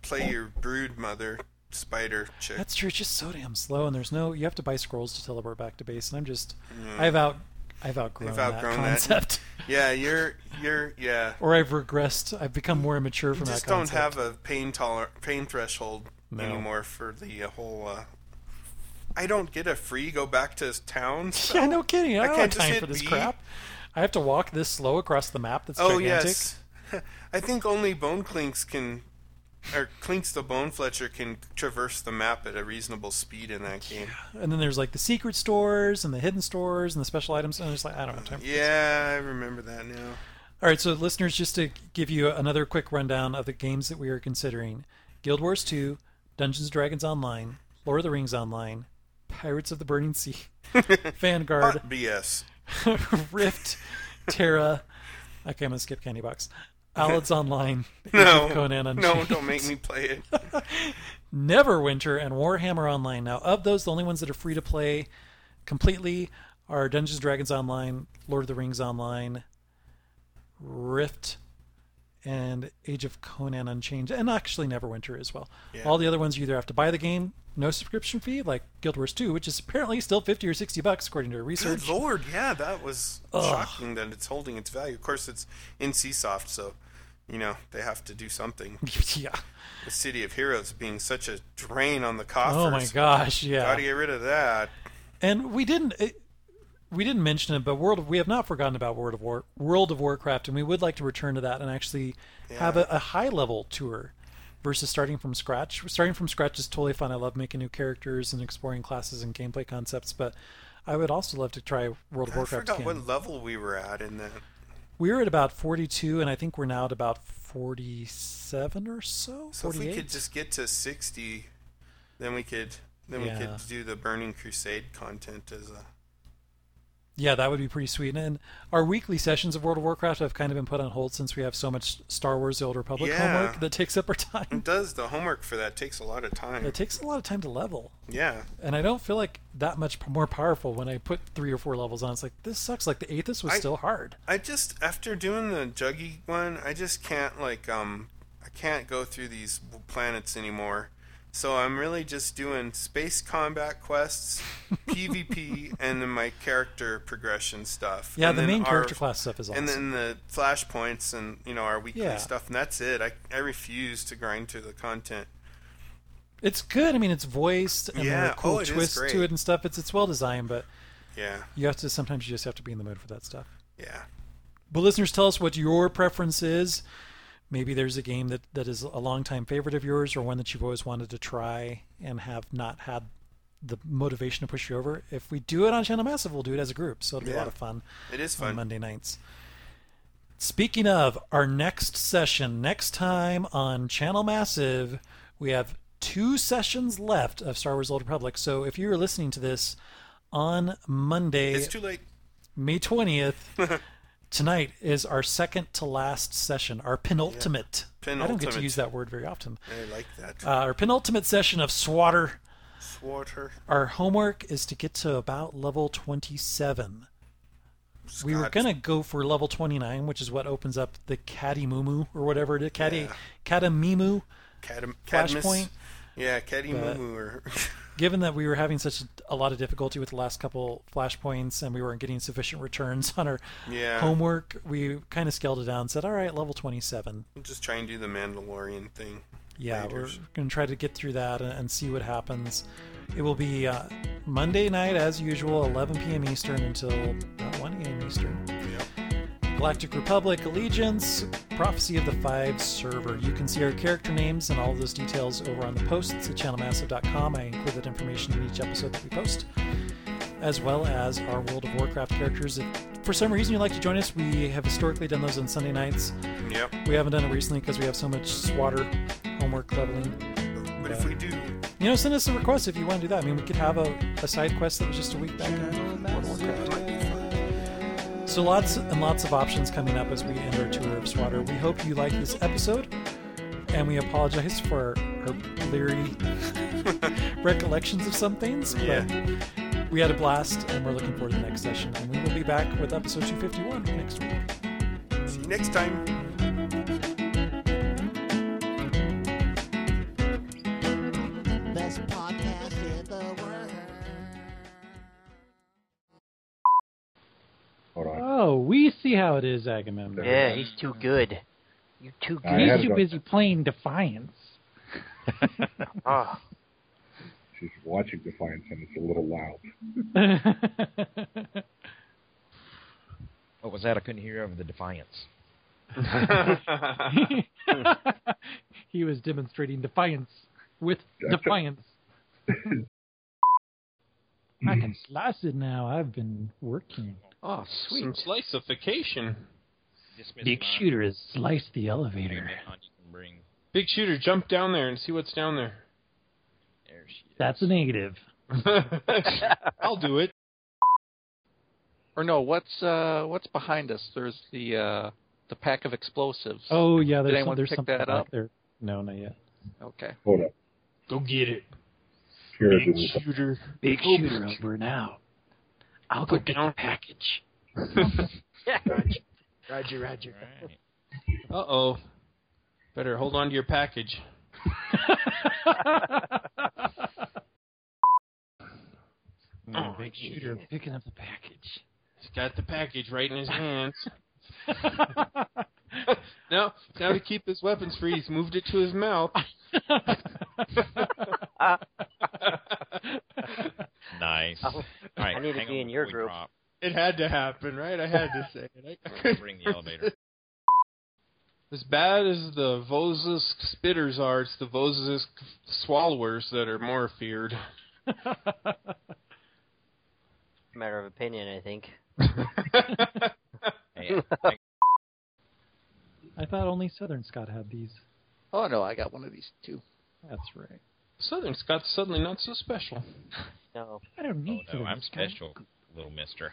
[SPEAKER 6] play your brood mother spider chick.
[SPEAKER 4] That's true. It's just so damn slow, and there's no. You have to buy scrolls to teleport back to base, and I'm just. I've out. I've outgrown,
[SPEAKER 6] Mm. outgrown
[SPEAKER 4] that
[SPEAKER 6] that.
[SPEAKER 4] concept,
[SPEAKER 6] Yeah, you're you're yeah.
[SPEAKER 4] or I've regressed. I've become more immature
[SPEAKER 6] You
[SPEAKER 4] from
[SPEAKER 6] just
[SPEAKER 4] that
[SPEAKER 6] don't
[SPEAKER 4] concept.
[SPEAKER 6] have a pain toler pain threshold
[SPEAKER 4] No.
[SPEAKER 6] anymore for the whole. Uh, I don't get a free go back to town.
[SPEAKER 4] yeah, no kidding. I,
[SPEAKER 6] I
[SPEAKER 4] don't
[SPEAKER 6] can't
[SPEAKER 4] have
[SPEAKER 6] just
[SPEAKER 4] time
[SPEAKER 6] hit
[SPEAKER 4] for this
[SPEAKER 6] B.
[SPEAKER 4] crap. I have to walk this slow across the map. That's
[SPEAKER 6] oh
[SPEAKER 4] gigantic.
[SPEAKER 6] yes, I think only Bone Clinks can, or Clinks the Bone Fletcher can traverse the map at a reasonable speed in that game.
[SPEAKER 4] And then there's like the secret stores and the hidden stores and the special items. And I'm just like, I don't have time.
[SPEAKER 6] Yeah, I remember that now.
[SPEAKER 4] All right, so listeners, just to give you another quick rundown of the games that we are considering Guild Wars 2, Dungeons and Dragons Online, Lord of the Rings Online, Pirates of the Burning Sea, Vanguard,
[SPEAKER 6] Hot BS.
[SPEAKER 4] Rift, Terra. Okay, I'm going to skip Candy Box. Alice Online, Age
[SPEAKER 6] No,
[SPEAKER 4] of Conan
[SPEAKER 6] no,
[SPEAKER 4] Unchained,
[SPEAKER 6] don't make me play it.
[SPEAKER 4] Neverwinter, and Warhammer Online. Now, of those, the only ones that are free to play completely are Dungeons and Dragons Online, Lord of the Rings Online, Rift, and Age of Conan Unchained, and actually Neverwinter as well. All the other ones you either have to buy the game, no subscription fee, like Guild Wars 2, which is apparently still 50 or 60 bucks according to our research.
[SPEAKER 6] Good lord, yeah, that was
[SPEAKER 4] Ugh.
[SPEAKER 6] shocking that it's holding its value. Of course, it's in Seasoft, so you know they have to do something.
[SPEAKER 4] yeah.
[SPEAKER 6] The City of Heroes being such a drain on the coffers.
[SPEAKER 4] Oh my gosh, yeah.
[SPEAKER 6] Gotta get rid of that.
[SPEAKER 4] And we didn't it, we didn't mention it, but World of, we have not forgotten about World of War World of Warcraft, and we would like to return to that and actually have a, a high level tour versus starting from scratch. Starting from scratch is totally fun. I love making new characters and exploring classes and gameplay concepts, but I would also love to try World of
[SPEAKER 6] I
[SPEAKER 4] Warcraft
[SPEAKER 6] forgot
[SPEAKER 4] again.
[SPEAKER 6] what level we were at in that.
[SPEAKER 4] We were at about 42, and I think we're now at about 47 or so.
[SPEAKER 6] So
[SPEAKER 4] 48?
[SPEAKER 6] if we could just get to sixty, then we could then we
[SPEAKER 4] Yeah.
[SPEAKER 6] could do the Burning Crusade content as a.
[SPEAKER 4] Yeah, that would be pretty sweet. And our weekly sessions of World of Warcraft have kind of been put on hold since we have so much Star Wars: The Old Republic
[SPEAKER 6] Yeah.
[SPEAKER 4] homework that takes up our time.
[SPEAKER 6] It does the homework for that takes a lot of time.
[SPEAKER 4] It takes a lot of time to level,
[SPEAKER 6] Yeah,
[SPEAKER 4] and I don't feel like that much p- more powerful when I put three or four levels on. It's like this sucks. Like the Aethys was
[SPEAKER 6] I-
[SPEAKER 4] still hard.
[SPEAKER 6] I just after doing the Juggy one, I just can't like um I can't go through these planets anymore. So I'm really just doing space combat quests, PvP, and then my character progression stuff.
[SPEAKER 4] Yeah,
[SPEAKER 6] And
[SPEAKER 4] the
[SPEAKER 6] then
[SPEAKER 4] main
[SPEAKER 6] our-
[SPEAKER 4] character class stuff is awesome.
[SPEAKER 6] And then the flashpoints and you know our weekly
[SPEAKER 4] Yeah.
[SPEAKER 6] stuff, and that's it. I I refuse to grind through the content.
[SPEAKER 4] it's good. I mean, it's voiced and there
[SPEAKER 6] Yeah,
[SPEAKER 4] are cool
[SPEAKER 6] oh, it is
[SPEAKER 4] twists
[SPEAKER 6] great.
[SPEAKER 4] to it and stuff. It's it's well designed, but
[SPEAKER 6] Yeah,
[SPEAKER 4] you have to sometimes you just have to be in the mood for that stuff.
[SPEAKER 6] yeah.
[SPEAKER 4] But listeners, tell us what your preference is. Maybe there's a game that, that is a longtime favorite of yours or one that you've always wanted to try and have not had the motivation to push you over. If we do it on Channel Massive, we'll do it as a group. So it'll be a
[SPEAKER 6] Yeah.
[SPEAKER 4] lot of fun
[SPEAKER 6] It is
[SPEAKER 4] on
[SPEAKER 6] fun.
[SPEAKER 4] Monday nights. Speaking of our next session, next time on Channel Massive, we have two sessions left of Star Wars Old Republic. So if you are listening to this on Monday,
[SPEAKER 6] It's too late.
[SPEAKER 4] May 20th. Tonight is our second to last session, our penultimate. I don't get to
[SPEAKER 6] Penultimate.
[SPEAKER 4] use that word very often.
[SPEAKER 6] I like that.
[SPEAKER 4] Uh, our penultimate session of Swatter.
[SPEAKER 6] Swatter.
[SPEAKER 4] Our homework is to get to about level 27. We were
[SPEAKER 6] Scott.
[SPEAKER 4] going to go for level 29, which is what opens up the Katimumu or whatever it is. Kati,
[SPEAKER 6] Yeah.
[SPEAKER 4] Katamimu.
[SPEAKER 6] Cadam- Cadmus.
[SPEAKER 4] Flashpoint.
[SPEAKER 6] Yeah, Cadimumu or
[SPEAKER 4] Given that we were having such a lot of difficulty with the last couple flashpoints and we weren't getting sufficient returns on our
[SPEAKER 6] yeah.
[SPEAKER 4] homework, we kind of scaled it down and said, all right, level 27.
[SPEAKER 6] We'll just try and do the Mandalorian thing.
[SPEAKER 4] yeah
[SPEAKER 6] later.
[SPEAKER 4] we're gonna try to get through that and, and see what happens it will be uh, monday night as usual 11 p.m eastern until uh, about 1 a.m eastern galactic republic allegiance prophecy of the five server you can see our character names and all of those details over on the posts at channelmassive.com i include that information in each episode that we post as well as our world of warcraft characters if for some reason you'd like to join us we have historically done those on sunday nights
[SPEAKER 6] Yep.
[SPEAKER 4] we haven't done it recently because we have so much swatter homework leveling
[SPEAKER 6] But if we do,
[SPEAKER 4] you know, send us a request if you want to do that. I mean, we could have a, a side quest that was just a week back. in World of Warcraft. So lots and lots of options coming up as we end our tour of Swatter. We hope you like this episode, and we apologize for our, our bleary recollections of some things. But we had a blast, and we're looking forward to the next session. And we will be back with episode 251 next week.
[SPEAKER 6] See you next time.
[SPEAKER 9] Best podcast in the world.
[SPEAKER 10] Hold on.
[SPEAKER 5] Oh, we see how it is, Agamemnon.
[SPEAKER 3] Yeah, he's too good. You too
[SPEAKER 10] I
[SPEAKER 5] He's
[SPEAKER 10] had
[SPEAKER 5] too
[SPEAKER 10] it on-
[SPEAKER 5] busy playing Defiance.
[SPEAKER 3] Ah,
[SPEAKER 10] She's watching Defiance and it's a little loud.
[SPEAKER 2] What was that? I couldn't hear over the defiance.
[SPEAKER 5] he was demonstrating defiance with
[SPEAKER 10] Gotcha.
[SPEAKER 5] defiance. I can slice it now. I've been working.
[SPEAKER 2] Oh, sweet.
[SPEAKER 1] Some sliceification.
[SPEAKER 5] Big Shooter has sliced the elevator.
[SPEAKER 1] Big shooter, jump down there and see what's down there.
[SPEAKER 5] That's a negative.
[SPEAKER 1] I'll do it.
[SPEAKER 11] Or no, what's uh what's behind us? There's the uh the pack of explosives.
[SPEAKER 5] Oh yeah, there's, some,
[SPEAKER 11] anyone
[SPEAKER 5] there's
[SPEAKER 11] pick
[SPEAKER 5] something
[SPEAKER 11] that
[SPEAKER 5] back
[SPEAKER 11] up?
[SPEAKER 5] there. No, not yet.
[SPEAKER 11] Okay.
[SPEAKER 10] Hold up.
[SPEAKER 1] Go get it.
[SPEAKER 10] Kira
[SPEAKER 1] Big
[SPEAKER 10] didn't.
[SPEAKER 1] shooter.
[SPEAKER 5] Big
[SPEAKER 1] Oh.
[SPEAKER 5] Shooter over now. I'll go get the package. Roger, Roger.
[SPEAKER 1] Uh oh. Better hold on to your package. Oh,
[SPEAKER 5] Big Shooter picking up the package.
[SPEAKER 1] He's got the package right in his hands. now, now to keep his weapons free, he's moved it to his mouth.
[SPEAKER 2] Nice. All right,
[SPEAKER 3] Oh. I need to
[SPEAKER 2] hang
[SPEAKER 3] be
[SPEAKER 2] on
[SPEAKER 3] in your
[SPEAKER 2] before we
[SPEAKER 3] group.
[SPEAKER 2] drop.
[SPEAKER 1] It had to happen, right? I had to say it. I, I couldn't-
[SPEAKER 2] Bring the elevator.
[SPEAKER 1] As bad as the Vozisk spitters are, it's the Vozisk swallowers that are more feared.
[SPEAKER 3] matter of opinion, I think.
[SPEAKER 2] Hey,
[SPEAKER 5] I thought only Southern Scott had these.
[SPEAKER 11] Oh no, I got one of these too.
[SPEAKER 5] That's right.
[SPEAKER 1] Southern Scott's suddenly not so special.
[SPEAKER 3] No.
[SPEAKER 5] I don't
[SPEAKER 2] oh,
[SPEAKER 5] need
[SPEAKER 2] no,
[SPEAKER 5] Southern
[SPEAKER 2] I'm
[SPEAKER 5] Scott.
[SPEAKER 2] special, little mister.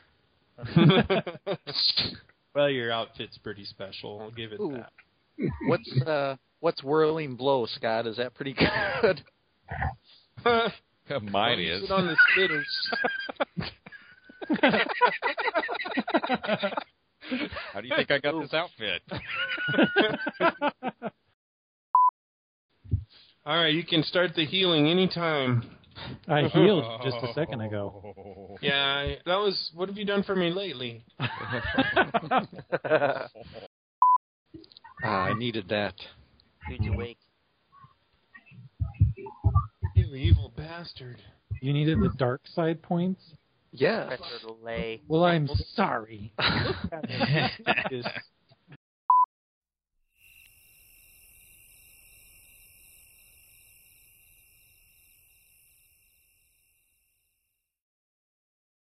[SPEAKER 1] well, your outfit's pretty special. I'll give it
[SPEAKER 11] Ooh.
[SPEAKER 1] that.
[SPEAKER 11] What's uh what's whirling blow, Scott? Is that pretty good?
[SPEAKER 2] Mine
[SPEAKER 1] Use
[SPEAKER 2] is.
[SPEAKER 1] it on the spitters.
[SPEAKER 2] How do you think I got this outfit?
[SPEAKER 1] All right, you can start the healing anytime.
[SPEAKER 5] I healed just a second ago.
[SPEAKER 1] Yeah, I, that was. What have you done for me lately?
[SPEAKER 11] Ah, I needed that.
[SPEAKER 3] Dude's awake.
[SPEAKER 1] You evil bastard.
[SPEAKER 5] You needed the dark side points?
[SPEAKER 11] Yes.
[SPEAKER 3] Pressure to lay.
[SPEAKER 5] Well, I'm sorry.
[SPEAKER 1] This-